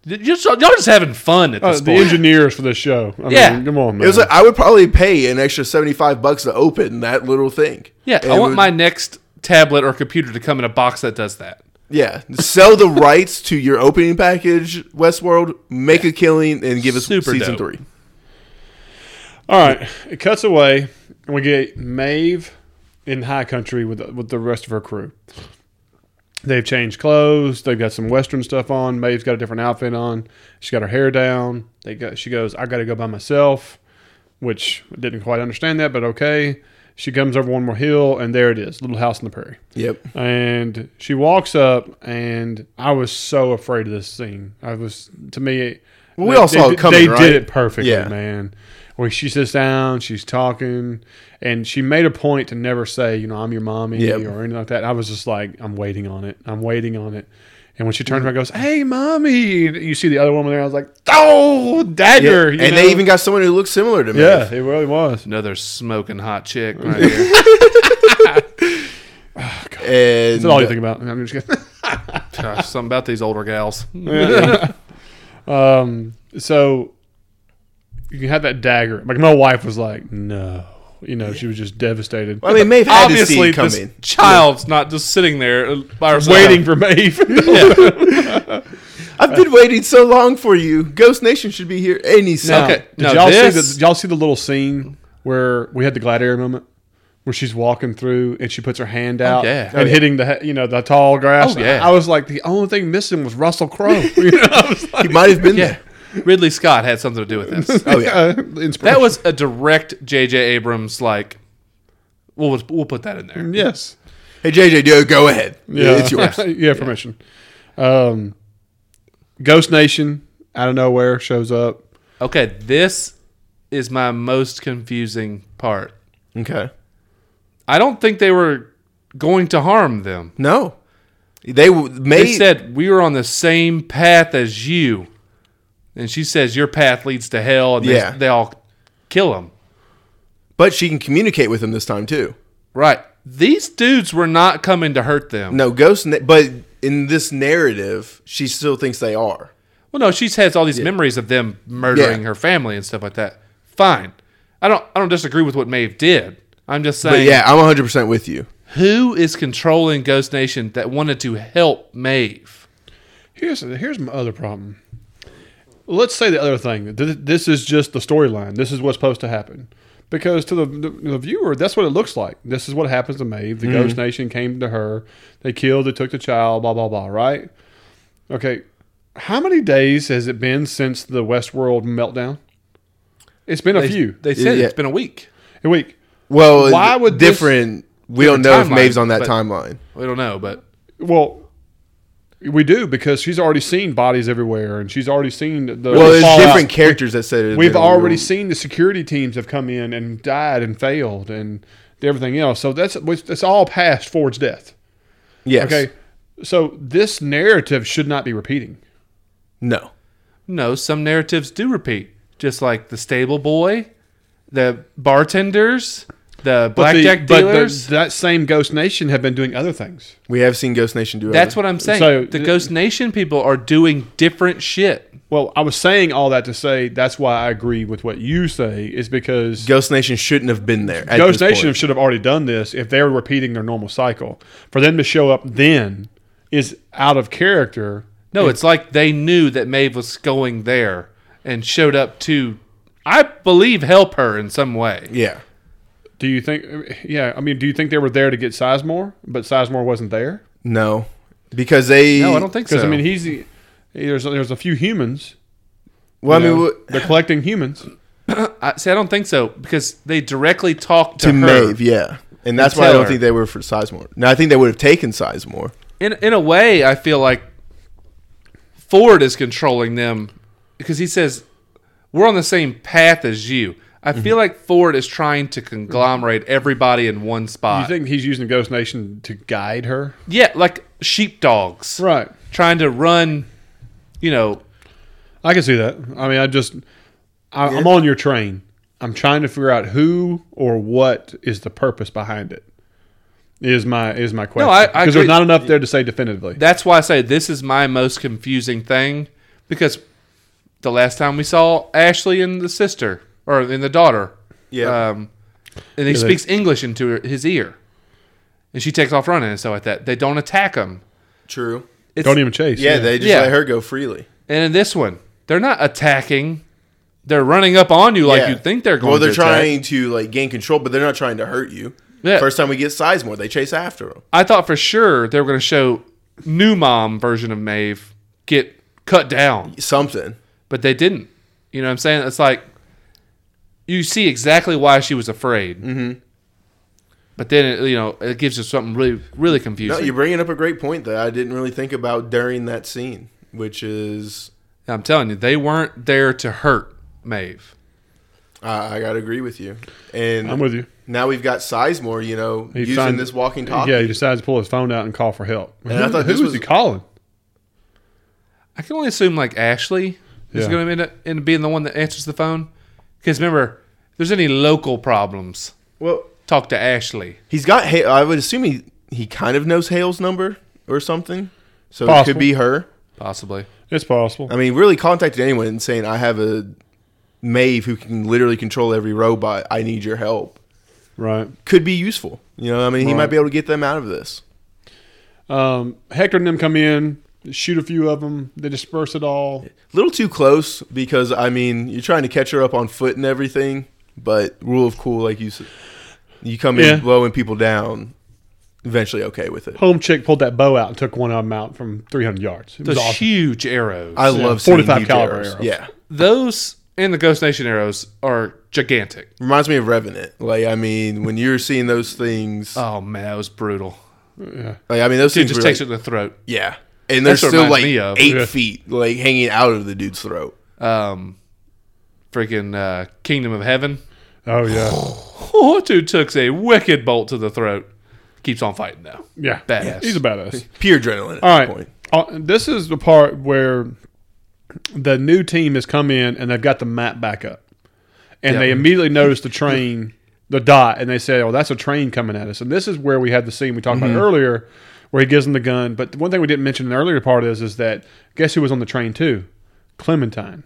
Speaker 2: y- you're, so- y'all just having fun at
Speaker 3: Oh,
Speaker 1: Uh,
Speaker 2: this
Speaker 1: the
Speaker 2: point.
Speaker 1: engineers for this show. I
Speaker 2: Yeah.
Speaker 1: mean, come on, man.
Speaker 3: It was like I would probably pay an extra seventy five bucks to open that little thing.
Speaker 2: yeah,
Speaker 3: And
Speaker 2: I
Speaker 3: it
Speaker 2: want
Speaker 3: would-
Speaker 2: my next tablet or computer to come in a box that does that.
Speaker 3: yeah. Sell the rights to your opening package, Westworld. Make a killing and give us
Speaker 2: Super
Speaker 3: season
Speaker 2: dope.
Speaker 3: three.
Speaker 1: All right, it cuts away, and we get Maeve in high country with with the rest of her crew. They've changed clothes. They've got some Western stuff on. Maeve's got a different outfit on. She's got her hair down. They go, she goes, "I got to go by myself," which I didn't quite understand that, but okay. She comes over one more hill, and there it is, little house in the prairie.
Speaker 3: Yep.
Speaker 1: And she walks up, and I was so afraid of this scene. I was, to me,
Speaker 3: Well, we all saw it coming,
Speaker 1: They
Speaker 3: right?
Speaker 1: did it perfectly,
Speaker 3: Yeah.
Speaker 1: man. Where she sits down, she's talking, and she made a point to never say, you know, I'm your mommy
Speaker 3: Yep.
Speaker 1: or anything like that. I was just like, I'm waiting on it. I'm waiting on it. And when she
Speaker 3: Mm-hmm.
Speaker 1: turns around, and goes, "Hey, mommy!" and You see the other woman there. I was like, "Oh,
Speaker 3: Yeah.
Speaker 1: dagger!"
Speaker 3: And
Speaker 1: you know?
Speaker 3: they even got someone who looks similar to me.
Speaker 1: yeah, it really was.
Speaker 2: Another smoking hot chick right here.
Speaker 3: And uh,
Speaker 1: That's all you think about. I'm just kidding.
Speaker 2: Gosh, something about these older gals.
Speaker 1: Um, so you had that dagger. Like my wife was like, "No," you know, she was just devastated,
Speaker 3: I mean, Maeve had to see
Speaker 2: Obviously,
Speaker 3: it
Speaker 2: this
Speaker 3: coming.
Speaker 2: child's not just sitting there by herself.
Speaker 1: waiting for Maeve.
Speaker 3: I've been waiting so long for you. Ghost Nation should be here any
Speaker 1: Now,
Speaker 3: second.
Speaker 2: Okay,
Speaker 1: did
Speaker 2: now
Speaker 1: y'all see the
Speaker 2: this-
Speaker 1: did y'all see the little scene where we had the gladiator moment where she's walking through and she puts her hand out
Speaker 2: yeah.
Speaker 1: and hitting the he- you know the tall grass?
Speaker 2: Oh, yeah.
Speaker 1: I, was like, the only thing missing was Russell Crowe. You know, I was like,
Speaker 3: He might have been
Speaker 2: Yeah. Ridley Scott had something to do with this.
Speaker 3: there. Oh yeah.
Speaker 1: uh, inspiration.
Speaker 2: That was a direct J.J. Abrams, like, we'll, we'll put that in there.
Speaker 1: yes.
Speaker 3: Hey JJ, dude, go ahead. Yeah. It's yours.
Speaker 1: yeah, permission. Um, Ghost Nation out of nowhere shows up.
Speaker 2: Okay, this is my most confusing part.
Speaker 3: Okay.
Speaker 2: I don't think they were going to harm them.
Speaker 3: No. They w- made
Speaker 2: They said we were on the same path as you, and she says your path leads to hell, and they,
Speaker 3: Yeah.
Speaker 2: they all kill him.
Speaker 3: but she can communicate with him this time too.
Speaker 2: Right? These dudes were not coming to hurt them.
Speaker 3: No, ghost na- but in this narrative, she still thinks they are.
Speaker 2: Well, no, she has all these memories of them murdering
Speaker 3: Yeah.
Speaker 2: her family and stuff like that. Fine, I don't, I don't disagree with what Maeve did. I'm just
Speaker 3: But
Speaker 2: saying,
Speaker 3: yeah, I'm 100% with you.
Speaker 2: who is controlling Ghost Nation that wanted to help Maeve?
Speaker 1: Here's here's my other problem. Let's say the other thing. Th- This is just the storyline. This is what's supposed to happen. Because to the, the, the viewer, that's what it looks like. This is what happens to Maeve. The Ghost Nation came to her. They killed. They took the child. Blah blah blah. Right? Okay. How many days has it been since the Westworld meltdown? It's been a
Speaker 2: They,
Speaker 1: few.
Speaker 2: they said
Speaker 3: Yeah.
Speaker 2: it's been a week.
Speaker 1: a week.
Speaker 3: Well,
Speaker 1: Why
Speaker 3: why
Speaker 1: would
Speaker 3: would
Speaker 1: this-
Speaker 3: different we don't know
Speaker 2: different
Speaker 3: if Maeve's
Speaker 2: timeline,
Speaker 3: on that
Speaker 2: but-
Speaker 3: timeline.
Speaker 2: We don't know, but
Speaker 1: Well, we do because she's already seen bodies everywhere, and she's already seen the.
Speaker 3: Well,
Speaker 1: the
Speaker 3: there's
Speaker 1: fallout.
Speaker 3: different characters that said it. had
Speaker 1: We've
Speaker 3: been a
Speaker 1: already
Speaker 3: little-
Speaker 1: seen the security teams have come in and died and failed and everything else. So that's that's all past Ford's death.
Speaker 3: Yes.
Speaker 1: Okay, so this narrative should not be repeating.
Speaker 3: No.
Speaker 2: no, some narratives do repeat, just like the stable boy, the bartenders, the
Speaker 1: the-
Speaker 2: blackjack
Speaker 1: but the-
Speaker 2: dealers.
Speaker 1: that same Ghost Nation have been doing other things.
Speaker 3: We have seen Ghost Nation do
Speaker 2: that's
Speaker 3: other-
Speaker 2: what I'm saying.
Speaker 1: So-
Speaker 2: the Ghost Nation people are doing different shit.
Speaker 1: Well, I was saying all that to say that's why I agree with what you say is because
Speaker 3: Ghost Nation shouldn't have been there. at
Speaker 1: Ghost
Speaker 3: this
Speaker 1: Nation
Speaker 3: point.
Speaker 1: should have already done this if they're repeating their normal cycle. For them to show up then is out of character.
Speaker 2: No, it's like they knew that Maeve was going there and showed up to, I believe, help her in some way.
Speaker 3: Yeah.
Speaker 1: Do you think? Yeah, I mean, do you think they were there to get Sizemore, but Sizemore wasn't there?
Speaker 3: No. Because they
Speaker 2: No, I don't think so.
Speaker 1: Because I mean, he's the, there's there's a few humans.
Speaker 3: Well,
Speaker 1: you
Speaker 3: I mean,
Speaker 1: know,
Speaker 3: what-
Speaker 1: they're collecting humans.
Speaker 2: I, see, I don't think so because they directly talked to,
Speaker 3: to
Speaker 2: her.
Speaker 3: Maeve, yeah. And that's
Speaker 2: And
Speaker 3: why I
Speaker 2: tell
Speaker 3: don't
Speaker 2: her.
Speaker 3: think they were for Sizemore. Now I think they would have taken Sizemore.
Speaker 2: in in a way, I feel like Ford is controlling them because he says we're on the same path as you. I
Speaker 1: Mm-hmm.
Speaker 2: feel like Ford is trying to conglomerate everybody in one
Speaker 1: You
Speaker 2: spot.
Speaker 1: think he's using Ghost Nation to guide her?
Speaker 2: yeah, like sheepdogs
Speaker 1: Right.
Speaker 2: trying to run. You know,
Speaker 1: I can see that. I mean, I just I, I'm on your train. I'm trying to figure out who or what is the purpose behind it. Is my is my question?
Speaker 2: I- I
Speaker 1: Because
Speaker 2: agree.
Speaker 1: there's not enough there to say definitively.
Speaker 2: that's why I say this is my most confusing thing because the last time we saw Ashley and the sister or in the daughter,
Speaker 3: Yeah.
Speaker 2: um, and he
Speaker 1: Yeah, they-
Speaker 2: speaks English into her, his ear, and she takes off running and stuff like that. They don't attack him,
Speaker 3: True.
Speaker 2: It's,
Speaker 1: Don't even chase.
Speaker 3: Yeah, they just
Speaker 2: Yeah.
Speaker 3: let her go freely.
Speaker 2: And in this one, they're not attacking; they're running up on you like
Speaker 3: Yeah.
Speaker 2: you think they're going.
Speaker 3: Well, they're
Speaker 2: to attack.
Speaker 3: trying to like gain control, but they're not trying to hurt you.
Speaker 2: Yeah.
Speaker 3: First time we get Sizemore, they chase after him.
Speaker 2: I thought for sure they were going to show new mom version of Maeve get cut down,
Speaker 3: Something.
Speaker 2: but they didn't. You know what I'm saying? It's like you see exactly why she was afraid. Mm-hmm. But then it, you know it gives you something really really
Speaker 3: No,
Speaker 2: confusing.
Speaker 3: you're bringing up a great point that I didn't really think about during that scene, which is
Speaker 2: I'm telling you, they weren't there to hurt Maeve.
Speaker 3: I I gotta agree with you. And
Speaker 1: I'm with you.
Speaker 3: Now we've got Sizemore, you know,
Speaker 1: He
Speaker 3: using
Speaker 1: signed-
Speaker 3: this walking talk.
Speaker 1: Yeah, he decides to pull his phone out and call for help.
Speaker 3: And I
Speaker 1: Who-
Speaker 3: thought
Speaker 1: who
Speaker 3: this
Speaker 1: was
Speaker 3: was-
Speaker 1: he calling?
Speaker 2: I can only assume like Ashley is
Speaker 1: Yeah.
Speaker 2: going to end up, end up being the one that answers the phone. Because remember, if there's any local problems,
Speaker 3: Well,
Speaker 2: talk to Ashley.
Speaker 3: he's got. Ha- I would assume he he kind of knows Hale's number or something, so it
Speaker 1: Possible.
Speaker 3: could be her.
Speaker 2: Possibly.
Speaker 1: It's possible.
Speaker 3: I mean, really contacted anyone and saying, "I have a Maeve who can literally control every robot. I need your help."
Speaker 1: Right.
Speaker 3: Could be useful. You know, I mean, he might
Speaker 1: Right.
Speaker 3: be able to get them out of this.
Speaker 1: Um, Hector and them come in, shoot a few of them. They disperse it all.
Speaker 3: little too close because I mean, you're trying to catch her up on foot and everything, but rule of cool, like you, s- you come in
Speaker 1: Yeah.
Speaker 3: blowing people down. Eventually, okay with it.
Speaker 1: Home chick pulled that bow out and took one of them out from 300 yards. It
Speaker 2: Those
Speaker 1: was awesome.
Speaker 2: huge arrows.
Speaker 3: I
Speaker 1: Yeah,
Speaker 3: love seeing
Speaker 1: 45
Speaker 3: huge
Speaker 1: caliber
Speaker 3: arrows.
Speaker 1: arrows.
Speaker 3: Yeah,
Speaker 2: Those and the Ghost Nation arrows are gigantic.
Speaker 3: reminds me of Revenant. Like I mean, when you're seeing those things,
Speaker 2: Oh, man, that was brutal.
Speaker 1: Yeah.
Speaker 3: like I mean, those
Speaker 2: Dude
Speaker 3: things
Speaker 2: just
Speaker 3: were
Speaker 2: takes
Speaker 3: like-
Speaker 2: it to the throat.
Speaker 3: yeah. and they're
Speaker 2: That's what
Speaker 3: still
Speaker 2: reminds
Speaker 3: like
Speaker 2: me of.
Speaker 3: eight
Speaker 1: Yeah.
Speaker 3: feet, like hanging out of the dude's throat.
Speaker 2: Um, freaking uh, Kingdom of Heaven.
Speaker 1: Oh yeah,
Speaker 2: Oh, that dude took a wicked bolt to the throat. Keeps on fighting though.
Speaker 1: yeah.
Speaker 2: Badass.
Speaker 1: He's a badass.
Speaker 3: Pure adrenaline at
Speaker 1: All
Speaker 3: that
Speaker 1: right.
Speaker 3: point.
Speaker 1: Uh, this is the part where the new team has come in and they've got the map back up. And
Speaker 2: Yeah.
Speaker 1: they immediately notice the train, the dot, and they say, oh, that's a train coming at us. And this is where we had the scene we talked about earlier where he gives them the gun. But the one thing we didn't mention in the earlier part is, is that guess who was on the train too? Clementine.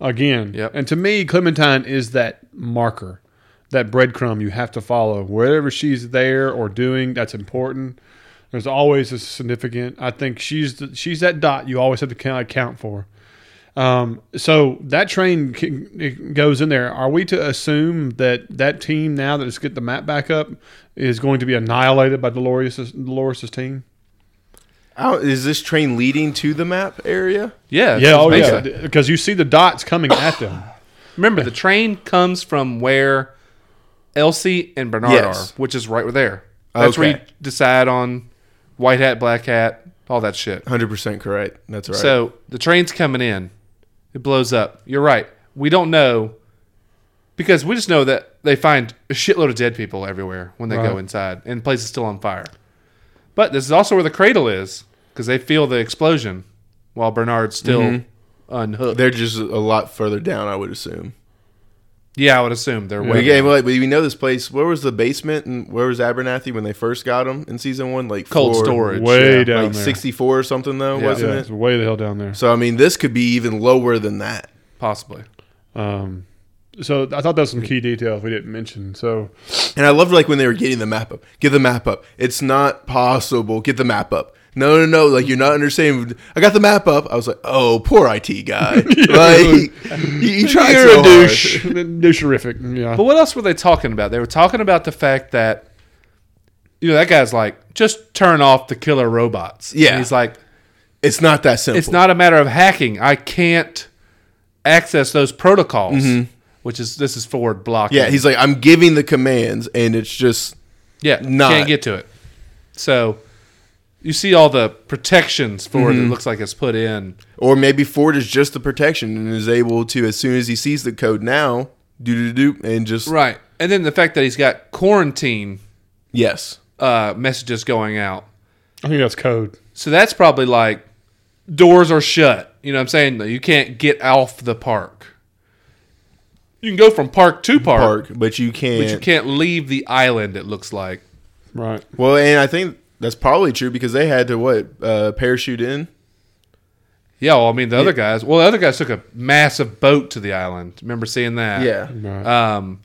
Speaker 1: Again.
Speaker 2: Yep.
Speaker 1: And to me, Clementine is that marker, that breadcrumb you have to follow. Wherever she's there or doing, that's important. There's always a significant. I think she's the, she's that dot you always have to kind of account for. Um, so that train c- it goes in there. Are we to assume that that team now that has get the map back up is going to be annihilated by Dolores' Dolores' team?
Speaker 3: How- Is this train leading to the map area?
Speaker 2: Yeah.
Speaker 1: yeah,
Speaker 2: it's
Speaker 1: oh yeah,
Speaker 2: basically-
Speaker 1: because you see the dots coming at them.
Speaker 2: Remember, the train comes from where Elsie and Bernard
Speaker 3: Yes.
Speaker 2: are, which is right there. That's where you
Speaker 3: Okay.
Speaker 2: decide on white hat, black hat, all that shit.
Speaker 3: Hundred percent correct. That's right.
Speaker 2: So the train's coming in. It blows up. You're right. We don't know because we just know that they find a shitload of dead people everywhere when they go
Speaker 1: Right.
Speaker 2: inside, and the place is still on fire. But this is also where the cradle is because they feel the explosion while Bernard's still
Speaker 3: Mm-hmm.
Speaker 2: unhooked.
Speaker 3: they're just a lot further down, I would assume.
Speaker 2: yeah, I would assume they're
Speaker 3: We
Speaker 2: way.
Speaker 3: gave
Speaker 2: down.
Speaker 3: like we know this place. Where was the basement and where was Abernathy when they first got him in season one? Like
Speaker 2: Cold
Speaker 3: floor-
Speaker 2: storage.
Speaker 1: Way
Speaker 2: yeah.
Speaker 1: down
Speaker 3: like
Speaker 1: there.
Speaker 3: sixty four or something though,
Speaker 2: Yeah.
Speaker 1: yeah,
Speaker 3: wasn't
Speaker 1: it's
Speaker 3: it?
Speaker 1: way the hell down there.
Speaker 3: So I mean, this could be even lower than that.
Speaker 2: Possibly.
Speaker 1: Um, so I thought that was some key details we didn't mention. So
Speaker 3: And I loved like when they were getting the map up. Get the map up. It's not possible. Get the map up. No, no, no. Like you're not understanding. I got the map up. I was like, oh, poor IT guy. like he, he tried
Speaker 1: you're
Speaker 3: so
Speaker 1: a
Speaker 3: hard.
Speaker 1: douche, doucherific. Yeah,
Speaker 2: But what else were they talking about? They were talking about the fact that you know that guy's like, just turn off the killer robots.
Speaker 3: Yeah.
Speaker 2: and he's like,
Speaker 3: It's not that simple.
Speaker 2: it's not a matter of hacking. I can't access those protocols, which is this is forward blocking.
Speaker 3: Mm-hmm. Yeah, he's like, I'm giving the commands, and it's just
Speaker 2: yeah
Speaker 3: not-
Speaker 2: can't get to it. So you see all the protections for
Speaker 3: Mm-hmm.
Speaker 2: it. It looks like it's put in.
Speaker 3: Or maybe Ford is just the protection and is able to, as soon as he sees the code now, do do do, and just
Speaker 2: Right, and then the fact that he's got quarantine
Speaker 3: yes,
Speaker 2: uh, messages going out.
Speaker 1: I think that's code.
Speaker 2: So that's probably like doors are shut. You know what I'm saying? You can't get off the park. You can go from park to park,
Speaker 3: park, but you can't.
Speaker 2: but you can't leave the island, it looks like.
Speaker 1: Right.
Speaker 3: Well, and I think that's probably true because they had to what uh, parachute in.
Speaker 2: Yeah, well, I mean, the other guys, well, the other guys took a massive boat to the island. Remember seeing that?
Speaker 1: Right.
Speaker 3: Uh,
Speaker 2: Um,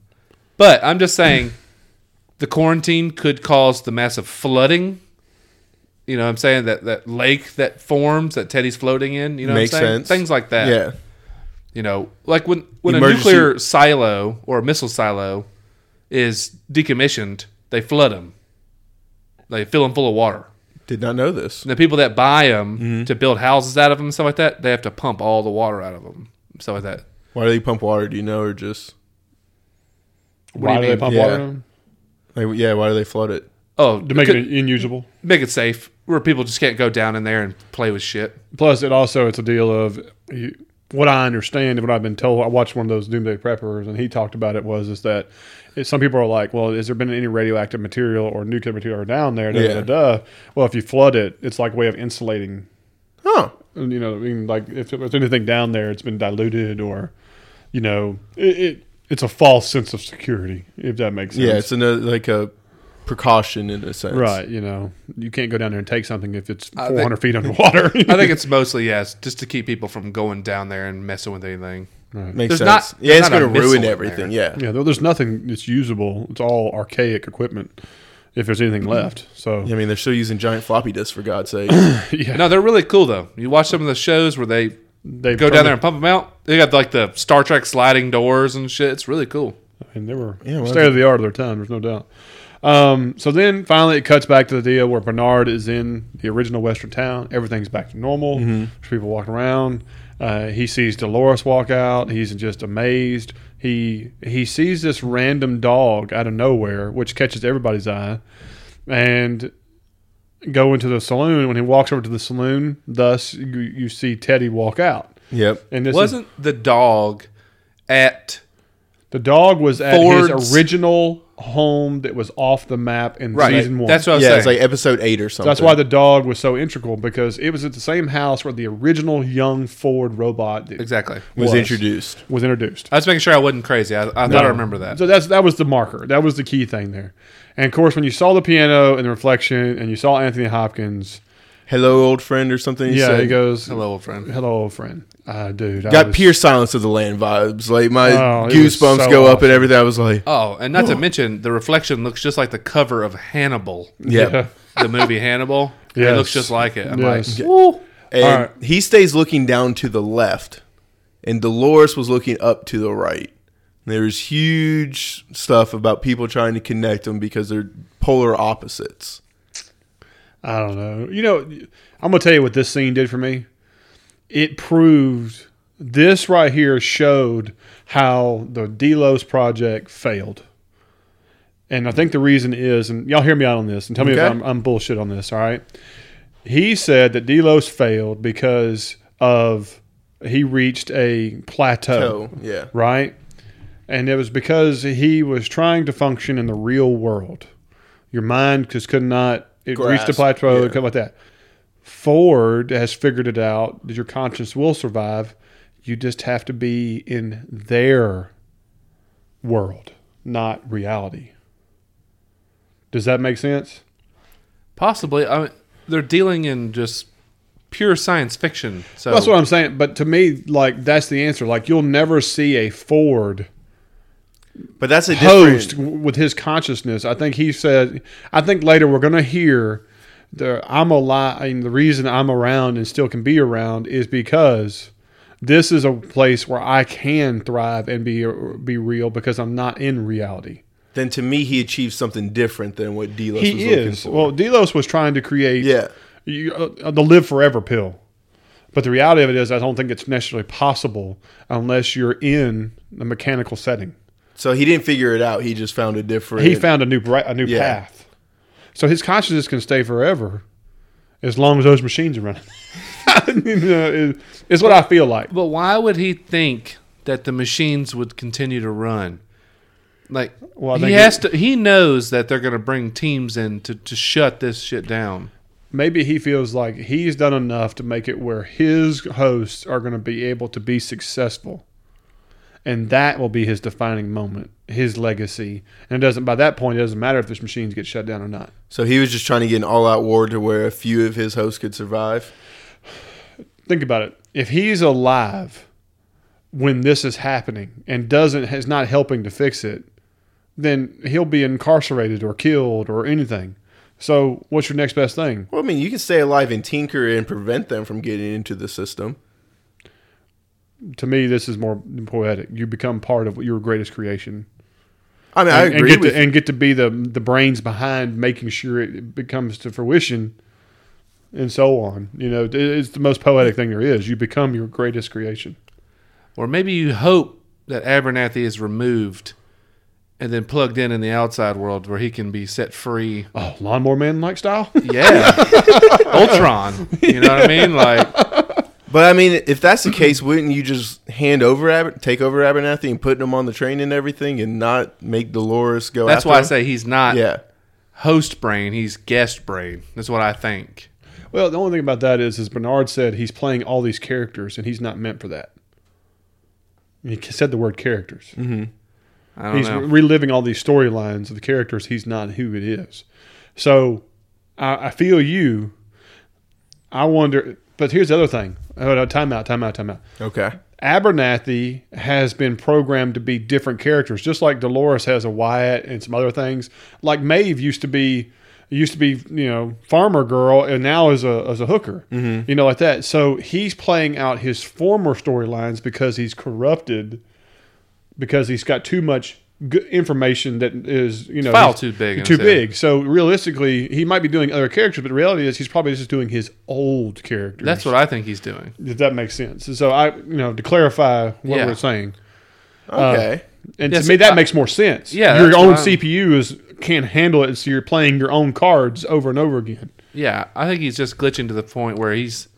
Speaker 2: but I'm just saying the quarantine could cause the massive flooding. You know what I'm saying? That that lake that forms that Teddy's floating in, you know
Speaker 3: Makes
Speaker 2: what I'm saying?
Speaker 3: sense.
Speaker 2: Things like that.
Speaker 3: yeah.
Speaker 2: You know, like when when
Speaker 3: Emergency-
Speaker 2: a nuclear silo or a missile silo is decommissioned, they flood them. They fill them full of water.
Speaker 3: Did not know this.
Speaker 2: And the people that buy them
Speaker 1: Mm-hmm.
Speaker 2: to build houses out of them and stuff like that, they have to pump all the water out of them, stuff like that.
Speaker 3: Why do they pump water? Do you know, or just
Speaker 2: what do
Speaker 1: Why
Speaker 2: you
Speaker 1: do, they
Speaker 2: mean?
Speaker 1: pump
Speaker 3: Yeah.
Speaker 1: water in 'em?
Speaker 3: like yeah? Why do they flood it?
Speaker 2: Oh,
Speaker 1: to make
Speaker 2: could-
Speaker 1: it inusable?
Speaker 2: make it safe where people just can't go down in there and play with shit.
Speaker 1: Plus, it also it's a deal of you, what I understand and what I've been told. I watched one of those doomsday preppers, and he talked about it was is that it, some people are like, "Well, has there been any radioactive material or nuclear material down there?" Da,
Speaker 3: Yeah.
Speaker 1: da, da, da. Well, if you flood it, it's like a way of insulating.
Speaker 3: Huh?
Speaker 1: You know, I mean, like if there's anything down there, it's been diluted, or you know, it, it it's a false sense of security if that makes sense.
Speaker 3: Yeah, it's another like a precaution in a sense.
Speaker 1: right. You know, you can't go down there and take something if it's
Speaker 2: I think-
Speaker 1: 400 feet underwater.
Speaker 2: I think it's mostly yes, just to keep people from going down there and messing with anything. There's
Speaker 3: Makes
Speaker 2: not-
Speaker 3: sense. yeah,
Speaker 2: there's
Speaker 3: it's
Speaker 2: not a
Speaker 3: going to
Speaker 2: missile in
Speaker 3: ruin
Speaker 2: there.
Speaker 3: everything. Yeah.
Speaker 1: Yeah, though there's nothing that's usable. It's all archaic equipment, if there's anything
Speaker 3: Mm-hmm.
Speaker 1: left. So
Speaker 3: I mean, they're still using giant floppy disks for God's sake.
Speaker 1: yeah,
Speaker 2: No, they're really cool though. You watch some of the shows where they
Speaker 1: they
Speaker 2: go down there and pump them out. They got like the Star Trek sliding doors and shit. It's really cool.
Speaker 1: and they were
Speaker 3: Yeah, well,
Speaker 1: state of the art of their time. There's no doubt. Um, so then finally it cuts back to the deal where Bernard is in the original Western town. Everything's back to normal.
Speaker 3: Mm-hmm.
Speaker 1: There's people walking around. Uh, he sees Dolores walk out. He's just amazed. He he sees this random dog out of nowhere, which catches everybody's eye, and go into the saloon. When he walks over to the saloon, thus you, you see Teddy walk out.
Speaker 3: Yep.
Speaker 1: And this is,
Speaker 2: Wasn't the dog at
Speaker 1: the dog was at
Speaker 2: Ford's-
Speaker 1: his original home that was off the map in
Speaker 2: right?
Speaker 1: season one.
Speaker 2: That's what I was
Speaker 3: yeah,
Speaker 2: saying.
Speaker 3: it's like episode eight or something.
Speaker 1: That's why the dog was so integral because it was at the same house where the original young Ford robot that
Speaker 2: exactly.
Speaker 3: was,
Speaker 1: was.
Speaker 3: introduced.
Speaker 1: was introduced.
Speaker 2: I was making sure I wasn't crazy. I, I thought I remember that.
Speaker 1: So that's that was the marker. That was the key thing there. And of course, when you saw the piano and the reflection, and you saw Anthony Hopkins,
Speaker 3: Hello, old friend, or something. he
Speaker 1: yeah,
Speaker 3: said.
Speaker 1: he goes, "Hello,
Speaker 2: Hello, old friend.
Speaker 1: old friend." Uh, dude, I
Speaker 3: Got
Speaker 1: was-
Speaker 3: pure silence of the land vibes. Like my
Speaker 1: Oh, it was
Speaker 3: goosebumps
Speaker 1: so
Speaker 3: go up
Speaker 1: awesome.
Speaker 3: and everything. I was like,
Speaker 2: Oh, and not to mention the reflection looks just like the cover of Hannibal,
Speaker 3: yeah.
Speaker 1: Yeah.
Speaker 2: the movie Hannibal. It
Speaker 1: Yes.
Speaker 2: looks just like it. I'm
Speaker 1: Yes.
Speaker 2: like,
Speaker 3: And
Speaker 1: All right.
Speaker 3: he stays looking down to the left, and Dolores was looking up to the right. There's huge stuff about people trying to connect them because they're polar opposites.
Speaker 1: I don't know. You know, I'm gonna tell you what this scene did for me. It proved this right here showed how the Delos project failed. And I think the reason is, and y'all hear me out on this, and tell me
Speaker 3: Okay.
Speaker 1: if I'm, I'm bullshit on this. All right. He said that Delos failed because of he reached a plateau
Speaker 3: So, yeah.
Speaker 1: right? And it was because he was trying to function in the real world. Your mind just could not it reached a
Speaker 3: Grasp,
Speaker 1: plateau,
Speaker 3: yeah.
Speaker 1: yeah. like that. Ford has figured it out. that Your conscience will survive. You just have to be in their world, not reality. Does that make sense?
Speaker 2: possibly. I mean, they're dealing in just pure science fiction. So
Speaker 3: Oh.
Speaker 1: That's what I'm saying. But to me, like that's the answer. Like you'll never see a Ford
Speaker 3: But that's a different.
Speaker 1: host w- with his consciousness. I think he said. I think later we're going to hear the I'm alive. I mean, the reason I'm around and still can be around is because this is a place where I can thrive and be be real because I'm not in reality.
Speaker 3: Then to me, he achieves something different than what Delos was
Speaker 1: He
Speaker 3: looking
Speaker 1: is.
Speaker 3: for.
Speaker 1: Well, Delos was trying to create
Speaker 3: yeah.
Speaker 1: you, uh, the live forever pill. But the reality of it is, I don't think it's necessarily possible unless you're in the mechanical setting.
Speaker 3: So he didn't figure it out. He just found a different.
Speaker 1: he found a new bri- a new
Speaker 3: Yeah.
Speaker 1: path. So his consciousness can stay forever as long as those machines are running. you know, it- it's what I feel like.
Speaker 2: But why would he think that the machines would continue to run? Like
Speaker 1: Well, I
Speaker 2: he
Speaker 1: think
Speaker 2: has to. He knows that they're going to bring teams in to, to shut this shit down.
Speaker 1: Maybe he feels like he's done enough to make it where his hosts are going to be able to be successful. And that will be his defining moment, his legacy. And it doesn't by that point it doesn't matter if those machines get shut down or not.
Speaker 3: So he was just trying to get an all-out war to where a few of his hosts could survive.
Speaker 1: think about it. If he's alive when this is happening and doesn't is not helping to fix it, then he'll be incarcerated or killed or anything. So what's your next best thing?
Speaker 3: Well, I mean, you can stay alive and tinker and prevent them from getting into the system.
Speaker 1: To me, this is more poetic. You become part of your greatest creation,
Speaker 3: I mean, I
Speaker 1: and, and
Speaker 3: agree
Speaker 1: get
Speaker 3: with
Speaker 1: to, and get to be the the brains behind making sure it becomes to fruition, and so on. You know, it- it's the most poetic thing there is. You become your greatest creation.
Speaker 2: Or maybe you hope that Abernathy is removed and then plugged in in the outside world where he can be set free.
Speaker 1: Oh, lawnmower man like style.
Speaker 2: Yeah. Ultron. You know what I mean? Like,
Speaker 3: But I mean, if that's the case, wouldn't you just hand over, Aber- take over Abernathy and put him on the train and everything, and not make Dolores go?
Speaker 2: that's
Speaker 3: after
Speaker 2: why I
Speaker 3: him?
Speaker 2: say he's not
Speaker 3: yeah.
Speaker 2: host brain, he's guest brain. That's what I think.
Speaker 1: Well, the only thing about that is, is Bernard said he's playing all these characters, and he's not meant for that. He said the word characters.
Speaker 2: Mm-hmm. I don't
Speaker 1: He's
Speaker 2: know.
Speaker 1: reliving all these storylines of the characters. He's not who it is. So, I, I feel you. I wonder. But here's the other thing. Oh, no, time out. Time out. Time out.
Speaker 3: Okay.
Speaker 1: Abernathy has been programmed to be different characters, just like Dolores has a Wyatt and some other things. Like Maeve used to be, used to be you know farmer girl, and now is a as a hooker,
Speaker 2: Mm-hmm.
Speaker 1: you know like that. So he's playing out his former storylines because he's corrupted, because he's got too much good information that is you know
Speaker 2: File
Speaker 1: he's
Speaker 2: too big in
Speaker 1: too
Speaker 2: his head.
Speaker 1: big. So realistically, he might be doing other characters, but the reality is he's probably just doing his old characters
Speaker 2: That's what I think he's doing.
Speaker 1: if that makes sense. So I, you know, to clarify what
Speaker 2: Yeah.
Speaker 1: we're saying,
Speaker 2: Uh,
Speaker 3: Okay.
Speaker 1: and
Speaker 2: Yes,
Speaker 1: to me that
Speaker 2: I-
Speaker 1: makes more sense.
Speaker 2: Yeah,
Speaker 1: your
Speaker 2: that's
Speaker 1: own
Speaker 2: what I'm-
Speaker 1: CPU is can't handle it, so you're playing your own cards over and over again.
Speaker 2: Yeah, I think he's just glitching to the point where he's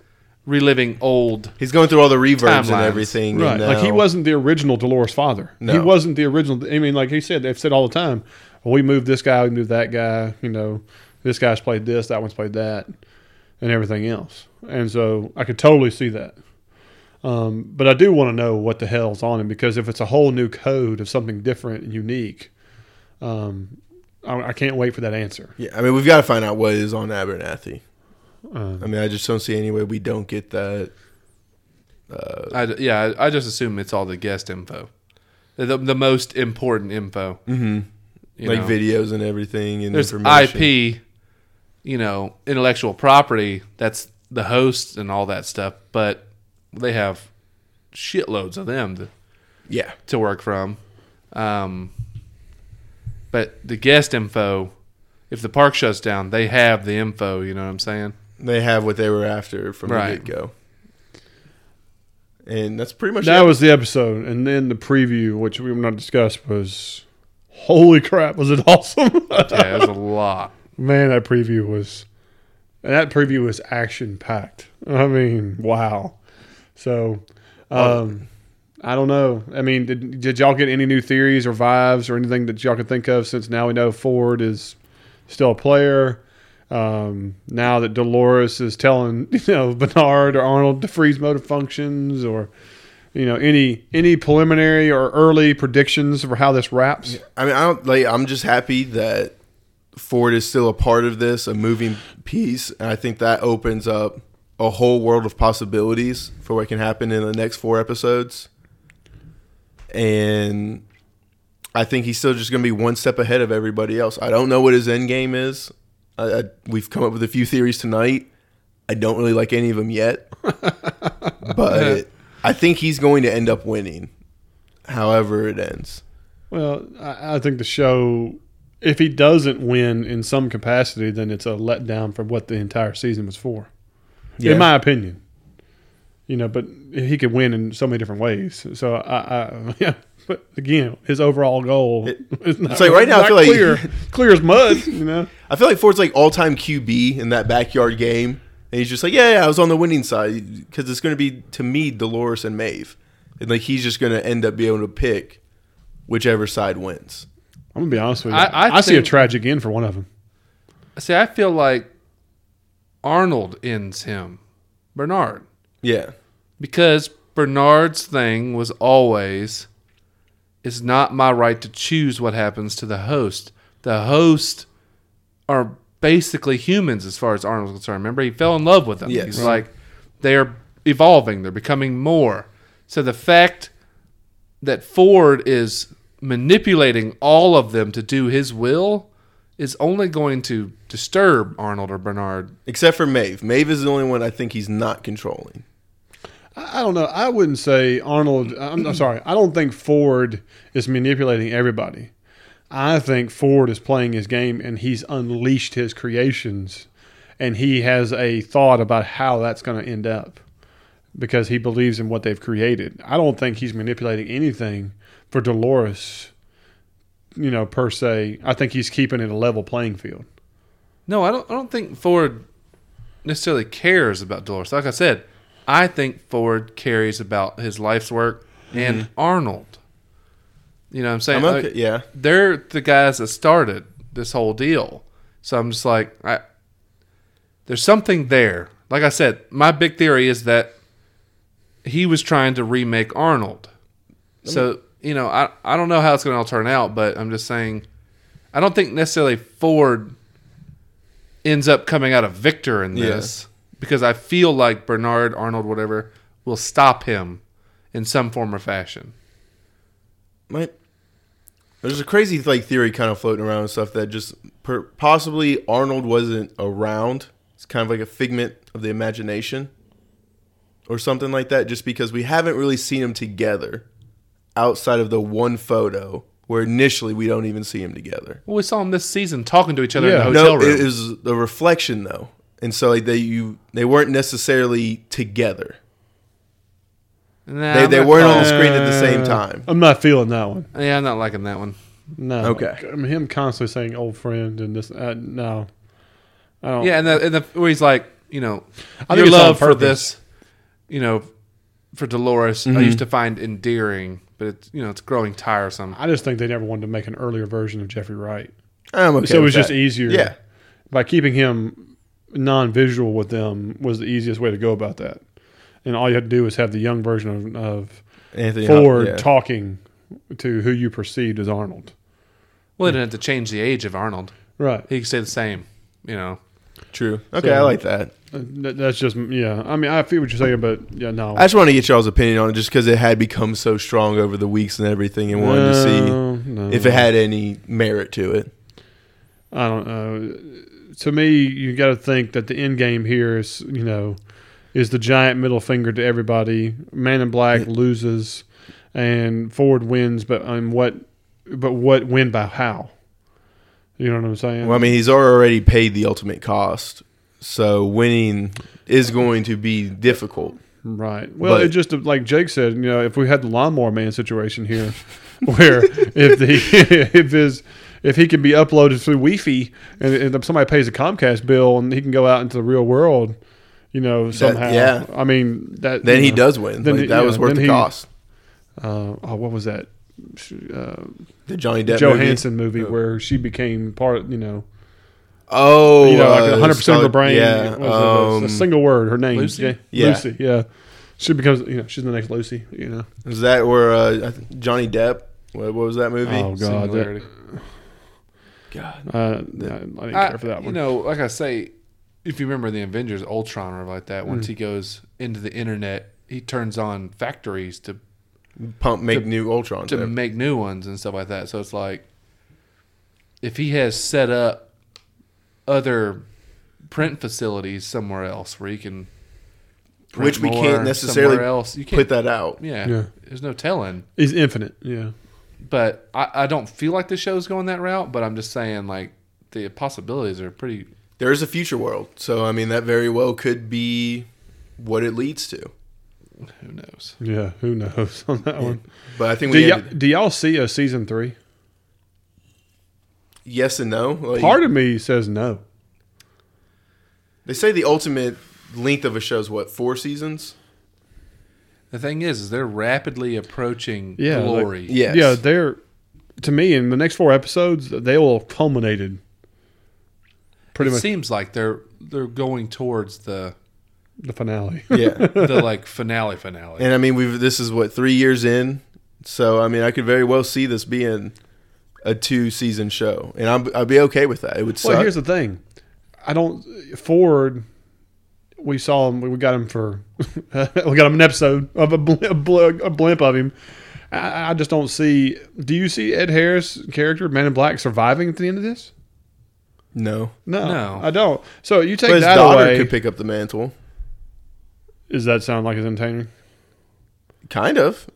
Speaker 2: reliving old.
Speaker 3: He's going through all the reverbs and
Speaker 2: Timelines.
Speaker 3: everything.
Speaker 1: Right.
Speaker 3: and
Speaker 1: Like he
Speaker 3: now-
Speaker 1: wasn't the original Dolores father.
Speaker 3: No.
Speaker 1: He wasn't the original. I mean, like he said, they've said all the time, well, we moved this guy, we moved that guy, you know, this guy's played this, that one's played that, and everything else. And so I could totally see that. Um, but I do want to know what the hell's on him because if it's a whole new code of something different and unique, um, I, I can't wait for that answer.
Speaker 3: Yeah, I mean, we've got to find out what is on Abernathy.
Speaker 1: Um,
Speaker 2: Uh.
Speaker 3: I mean, I just don't see any way we don't get that. Uh,
Speaker 2: I, yeah, I just assume it's all the guest info, the, the most important info.
Speaker 3: mhm.
Speaker 2: You
Speaker 3: like
Speaker 2: know.
Speaker 3: videos and everything and
Speaker 2: There's
Speaker 3: information.
Speaker 2: IP, you know, intellectual property. That's the hosts and all that stuff. But they have shitloads of them to,
Speaker 3: Yeah,
Speaker 2: to work from. Um, but the guest info, if the park shuts down, they have the info. You know what I'm saying?
Speaker 3: they have what they were after from the
Speaker 2: Right.
Speaker 3: get go, and that's pretty much
Speaker 1: that
Speaker 3: it.
Speaker 1: was the episode, and then the preview, which we will not discuss, was holy crap, was it awesome?
Speaker 2: Yeah, there's a lot.
Speaker 1: Man, that preview was that preview was action packed. I mean, wow. So, um, I don't know. I mean, did, did y'all get any new theories or vibes or anything that y'all could think of since now we know Ford is still a player? Um, now that Dolores is telling you know Bernard or Arnold to freeze motor functions or you know any any preliminary or early predictions for how this wraps?
Speaker 3: I mean, I don't like. I'm just happy that Ford is still a part of this, a moving piece, and I think that opens up a whole world of possibilities for what can happen in the next four episodes. And I think he's still just going to be one step ahead of everybody else. I don't know what his end game is. I, I, we've come up with a few theories tonight. I don't really like any of them yet, but I think he's going to end up winning, however it ends.
Speaker 1: Well, I, I think the show, if he doesn't win in some capacity, then it's a letdown for what the entire season was for, in my opinion. You know, but he could win in so many different ways. So I, I yeah. But again, his overall goal
Speaker 3: It-
Speaker 1: is not,
Speaker 3: it's like right now, I
Speaker 1: not
Speaker 3: feel like-
Speaker 1: clear, clear as mud. You know,
Speaker 3: I feel like Ford's like all time QB in that backyard game, and he's just like, yeah, yeah, I was on the winning side because it's going to be to me Dolores and Maeve, and like he's just going to end up being able to pick whichever side wins.
Speaker 1: I'm gonna be honest with you.
Speaker 2: I-
Speaker 1: I,
Speaker 2: I
Speaker 1: see a
Speaker 2: think-
Speaker 1: tragic end for one of them.
Speaker 2: See, I feel like Arnold ends him, Bernard,
Speaker 3: Yeah,
Speaker 2: because Bernard's thing was always it's not my right to choose what happens to the host. The host are basically humans as far as Arnold's concerned. Remember, he fell in love with them.
Speaker 3: Yes.
Speaker 2: He's like, they are evolving, they're becoming more. So the fact that Ford is manipulating all of them to do his will is only going to disturb Arnold or Bernard.
Speaker 3: except for Maeve. Maeve is the only one I think he's not controlling.
Speaker 1: I I don't know. I wouldn't say Arnold. I'm, I'm sorry. I don't think Ford is manipulating everybody. I think Ford is playing his game and he's unleashed his creations and he has a thought about how that's going to end up because he believes in what they've created. I don't think he's manipulating anything for Dolores, you know, per se. I think he's keeping it a level playing field.
Speaker 2: No, I don't. I don't think Ford necessarily cares about Dolores. Like I said, I think Ford cares about his life's work and Arnold. You know what I'm saying?
Speaker 3: Mm-hmm. I'm okay.
Speaker 2: Like,
Speaker 3: Yeah,
Speaker 2: they're the guys that started this whole deal. So I'm just like, I, there's something there. Like I said, my big theory is that he was trying to remake Arnold. So, you know, I, I don't know how it's going to all turn out, but I'm just saying, I don't think necessarily Ford ends up coming out a victor in
Speaker 3: Yeah.
Speaker 2: this because I feel like Bernard, Arnold, whatever, will stop him in some form or fashion.
Speaker 3: my, there's a crazy like theory kind of floating around and stuff that just per, possibly Arnold wasn't around. It's kind of like a figment of the imagination. or something like that just because we haven't really seen them together outside of the one photo where initially we don't even see them together.
Speaker 2: Well, we saw him this season talking to each other
Speaker 1: Yeah.
Speaker 2: in the hotel
Speaker 3: No,
Speaker 2: room.
Speaker 3: it is a reflection though. And so like they you they weren't necessarily together.
Speaker 2: Nah,
Speaker 3: They
Speaker 2: I'm
Speaker 3: they
Speaker 2: not-
Speaker 3: weren't on
Speaker 2: uh,
Speaker 3: the screen at the same time.
Speaker 1: I'm not feeling that one.
Speaker 2: Yeah, I'm not liking that one.
Speaker 1: No.
Speaker 3: Okay.
Speaker 1: I mean, him constantly saying old friend and this. Uh, no. I don't.
Speaker 2: Yeah, and the, and the where he's like, you know,
Speaker 1: think
Speaker 2: your
Speaker 1: it's on
Speaker 2: love for
Speaker 1: purpose.
Speaker 2: this, you know, for Dolores,
Speaker 3: Mm-hmm.
Speaker 2: I used to find endearing, but it's you know, it's growing tiresome.
Speaker 1: I just think they never wanted to make an earlier version of Jeffrey Wright.
Speaker 3: I'm okay.
Speaker 1: so it was
Speaker 3: with
Speaker 1: just
Speaker 3: that.
Speaker 1: easier.
Speaker 3: Yeah.
Speaker 1: By keeping him non-visual with them was the easiest way to go about that. And all you had to do was have the young version of, of
Speaker 3: Anthony Hop-
Speaker 1: Ford
Speaker 3: yeah.
Speaker 1: talking to who you perceived as Arnold.
Speaker 2: Well, they didn't have to change the age of Arnold.
Speaker 1: Right.
Speaker 2: He could stay the same, you know.
Speaker 3: True. Okay,
Speaker 1: So-
Speaker 3: I like that.
Speaker 1: Uh, that- That's just yeah. I mean, I feel what you're saying, but yeah, no.
Speaker 3: I just want to get y'all's opinion on it, just because it had become so strong over the weeks and everything, and wanted to
Speaker 1: No, no.
Speaker 3: see if it had any merit to it.
Speaker 1: I don't know. To me, you got to think that the end game here is, you know, is the giant middle finger to everybody. Man in Black loses, and Ford wins, but on what? But what win by how? You know what I'm saying?
Speaker 3: Well, I mean, he's already paid the ultimate cost, so winning is going to be difficult.
Speaker 1: right. Well,
Speaker 3: but-
Speaker 1: it just like Jake said. You know, if we had the lawnmower man situation here, where if the if his if he can be uploaded through Wi-Fi and, and if somebody pays a Comcast bill and he can go out into the real world, you know somehow.
Speaker 3: yeah.
Speaker 1: I mean that.
Speaker 3: Then
Speaker 1: you
Speaker 3: he
Speaker 1: know.
Speaker 3: does win.
Speaker 1: Then
Speaker 3: Like,
Speaker 1: he-
Speaker 3: that
Speaker 1: yeah,
Speaker 3: was worth
Speaker 1: then
Speaker 3: the
Speaker 1: he-
Speaker 3: cost.
Speaker 1: uh, oh, what was that? Sh- Uh,
Speaker 3: The Johnny Depp movie.
Speaker 1: Johansson movie,
Speaker 3: Oh.
Speaker 1: where she became part, you know,
Speaker 3: Oh,
Speaker 1: you know, like
Speaker 3: uh,
Speaker 1: 100 percent of her
Speaker 3: Scarlet-
Speaker 1: brain.
Speaker 3: Yeah,
Speaker 1: What was it?
Speaker 3: um,
Speaker 1: a single word. Her name,
Speaker 2: Lucy?
Speaker 1: Yeah,
Speaker 3: Yeah.
Speaker 1: Lucy. Yeah, she becomes, you know, she's the next Lucy. You know,
Speaker 3: is that where uh, I think Johnny Depp? What, what was that movie?
Speaker 1: Oh, God. that-
Speaker 2: Singularity.
Speaker 3: God.
Speaker 1: uh, I, I didn't
Speaker 2: I-
Speaker 1: care for that
Speaker 2: You
Speaker 1: one.
Speaker 2: know, like I say, if you remember the Avengers, Ultron or like that,
Speaker 1: Mm.
Speaker 2: once he goes into the internet, he turns on factories to
Speaker 3: Pump make new Ultron.
Speaker 2: to
Speaker 3: there.
Speaker 2: make new ones and stuff like that. So it's like if he has set up other print facilities somewhere else where he can print
Speaker 3: Which we
Speaker 2: more
Speaker 3: can't necessarily
Speaker 2: somewhere else. You can't
Speaker 3: Put that out.
Speaker 2: yeah,
Speaker 1: Yeah.
Speaker 2: There's no telling.
Speaker 1: He's infinite. Yeah,
Speaker 2: But I, I don't feel like the show's going that route, but I'm just saying like the possibilities are pretty
Speaker 3: There is a future world, so I mean that very well could be what it leads to.
Speaker 2: who knows.
Speaker 1: yeah. Who knows on that one?
Speaker 3: But I think
Speaker 1: Do
Speaker 3: we
Speaker 1: y'all,
Speaker 3: had
Speaker 1: do y'all see a season three?
Speaker 3: yes and no. Like,
Speaker 1: Part of me says no.
Speaker 3: They say the ultimate length of a show is what four seasons.
Speaker 2: The thing is, is they're rapidly approaching
Speaker 1: Yeah, like-
Speaker 2: glory.
Speaker 3: Yes.
Speaker 1: Yeah, they're to me in the next four episodes they will have culminated. Pretty
Speaker 2: it
Speaker 1: much
Speaker 2: seems like they're they're going towards the
Speaker 1: the finale.
Speaker 3: yeah.
Speaker 2: the like finale finale.
Speaker 3: And I mean, we've this is what three years in, so I mean, I could very well see this being a two season show, and I'm, I'd be okay with that. It would
Speaker 1: Well,
Speaker 3: suck.
Speaker 1: here's the thing. I don't Ford. We saw him. We got him for. we got him an episode of a, bl- a, bl- a blimp of him. I, I just don't see. Do you see Ed Harris' character, Man in Black, surviving at the end of this?
Speaker 3: no,
Speaker 1: No,
Speaker 2: No.
Speaker 1: I don't. So you take
Speaker 3: but his
Speaker 1: that
Speaker 3: daughter
Speaker 1: away.
Speaker 3: could pick up the mantle,
Speaker 1: Does that sound like it's entertaining?
Speaker 3: kind of.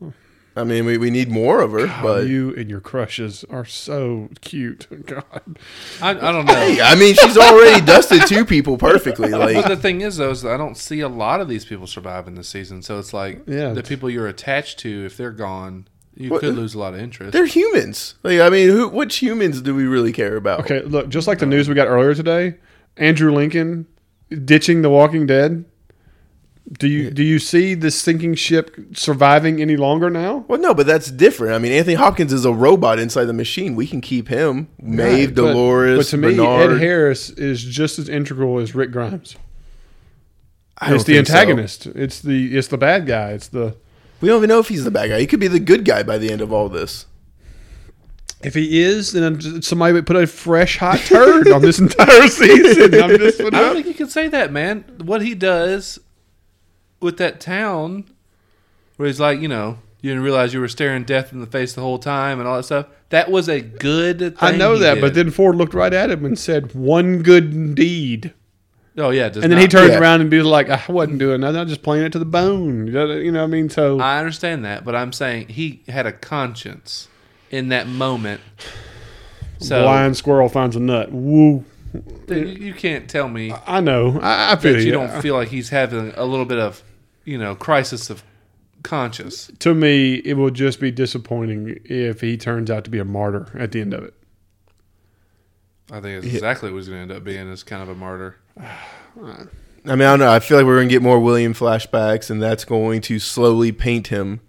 Speaker 3: I mean, we, we need more of her, but
Speaker 1: you and your crushes are so cute. God,
Speaker 2: I, I don't know.
Speaker 3: hey, I mean, she's already dusted two people perfectly.
Speaker 2: But
Speaker 3: Like,
Speaker 2: the thing is, though, is I don't see a lot of these people surviving this season. So it's like
Speaker 1: Yeah.
Speaker 2: the people you're attached to, if they're gone, you
Speaker 3: What-
Speaker 2: could lose a lot of interest.
Speaker 3: they're humans. Like, I mean, who? Which humans do we really care about?
Speaker 1: Okay, look, just like the news we got earlier today, Andrew Lincoln ditching The Walking Dead. Do you do you see this sinking ship surviving any longer now?
Speaker 3: Well, no, but that's different. I mean, Anthony Hopkins is a robot inside the machine. We can keep him. Maeve,
Speaker 1: Right, but-
Speaker 3: Dolores,
Speaker 1: but to me,
Speaker 3: Bernard.
Speaker 1: Ed Harris is just as integral as Rick Grimes.
Speaker 3: I don't
Speaker 1: It's the
Speaker 3: think so.
Speaker 1: antagonist. It's the it's the bad guy. It's the
Speaker 3: We don't even know if he's the bad guy. He could be the good guy by the end of all this.
Speaker 1: if he is, then somebody would put a fresh hot turd on this entire season. I'm just
Speaker 2: I don't think you can say that, man. What he does with that town, where he's like, you know, you didn't realize you were staring death in the face the whole time and all that stuff. That was a good. Thing
Speaker 1: I know
Speaker 2: he
Speaker 1: that, but
Speaker 2: did.
Speaker 1: then Ford looked right at him and said, "One good deed."
Speaker 2: oh yeah, it does
Speaker 1: And then he
Speaker 2: not-
Speaker 1: turns
Speaker 3: Yeah.
Speaker 1: around and be like, "I wasn't doing nothing. I'm just playing it to the bone." You know, you know what I mean? So
Speaker 2: I understand that, but I'm saying he had a conscience in that moment. So
Speaker 1: blind squirrel finds a nut. Woo!
Speaker 2: dude, you you can't tell me.
Speaker 1: I know. I, I feel
Speaker 2: that
Speaker 1: you.
Speaker 2: you don't feel like he's having a little bit of, you know, crisis of conscience.
Speaker 1: to me, it will just be disappointing if he turns out to be a martyr at the end of it.
Speaker 2: I think it's exactly what he's going to end up being is kind of a martyr.
Speaker 3: I mean, I don't know. I feel like we're going to get more William flashbacks, and that's going to slowly paint him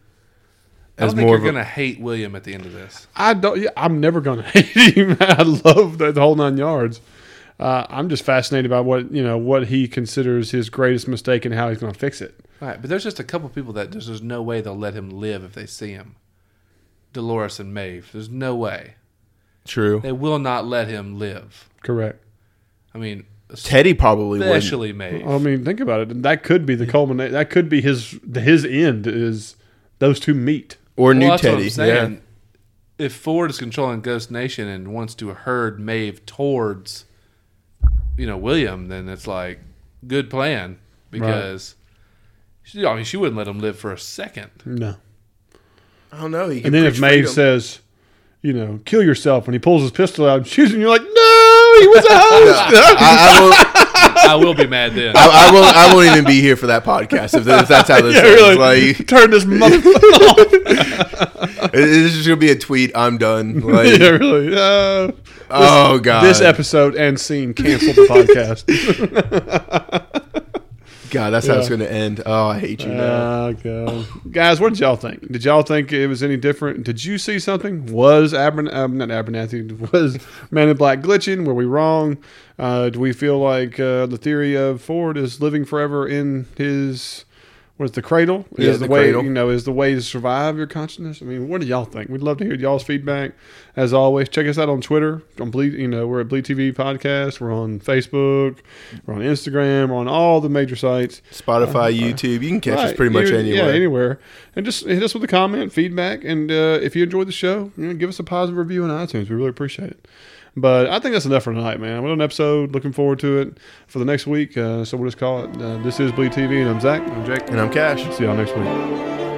Speaker 2: I
Speaker 3: as
Speaker 2: don't think you're
Speaker 3: more of a.
Speaker 2: going to hate William at the end of this.
Speaker 1: I don't. Yeah, I'm never gonna hate him. I love that whole nine yards. Uh, I'm just fascinated by what you know what he considers his greatest mistake and how he's gonna fix it.
Speaker 2: Right, but there's just a couple people that there's, there's no way they'll let him live if they see him. Dolores and Maeve. There's no way
Speaker 3: True.
Speaker 2: they will not let him live.
Speaker 1: Correct.
Speaker 2: I mean,
Speaker 3: Teddy probably would.
Speaker 2: especially Maeve.
Speaker 3: Um,
Speaker 1: I mean, think about it. That could be the culminate. That could be his his end is those two meet.
Speaker 3: Or new
Speaker 2: Well, that's what I'm
Speaker 3: Teddy. Yeah.
Speaker 2: saying. If Ford is controlling Ghost Nation and wants to herd Maeve towards, you know, William, then it's like good plan because she, I mean she wouldn't let him live for a second.
Speaker 1: No.
Speaker 3: I don't know. He can
Speaker 1: And then if
Speaker 3: preach
Speaker 1: Maeve
Speaker 3: freedom.
Speaker 1: says, you know, kill yourself, when he pulls his pistol out and shoots, and you're like, no, he was a host.
Speaker 3: I, I, won't,
Speaker 2: I will be mad then.
Speaker 3: I, I won't. I won't even be here for that podcast if, if that's how this
Speaker 1: yeah,
Speaker 3: is.
Speaker 1: really.
Speaker 3: Like,
Speaker 1: Turn this motherfucker off.
Speaker 3: it's just gonna be a tweet. I'm done. Like,
Speaker 1: yeah, really. Uh,
Speaker 3: oh god,
Speaker 1: this episode and scene canceled the podcast.
Speaker 3: God, that's how it's
Speaker 1: Yeah.
Speaker 3: gonna end. Oh, I hate you. now.
Speaker 1: oh, God. Guys, what did y'all think? Did y'all think it was any different? Did you see something? Was Abern, um, not Abernathy, was Man in Black glitching? Were we wrong? Uh, do we feel like uh, the theory of Ford is living forever in his, what is the cradle?
Speaker 3: Yeah,
Speaker 1: is the,
Speaker 3: the
Speaker 1: way,
Speaker 3: cradle.
Speaker 1: you know, is the way to survive your consciousness? I mean, what do y'all think? We'd love to hear y'all's feedback. As always, check us out on Twitter. On Bleed, you know, we're at Bleed TV Podcast. We're on Facebook. We're on Instagram. We're on all the major sites.
Speaker 3: Spotify, YouTube, you can catch us
Speaker 1: uh, Right.
Speaker 3: pretty much
Speaker 1: You-
Speaker 3: anywhere.
Speaker 1: Yeah, anywhere. And just hit us with a comment, feedback, and uh, if you enjoyed the show, you know, give us a positive review on iTunes. We really appreciate it. But I think that's enough for tonight, man. We're on an episode. Looking forward to it for the next week. Uh, so we'll just call it. Uh, this is Bleed TV, and I'm Zach.
Speaker 2: I'm Jake.
Speaker 3: And I'm Cash.
Speaker 1: See y'all next week.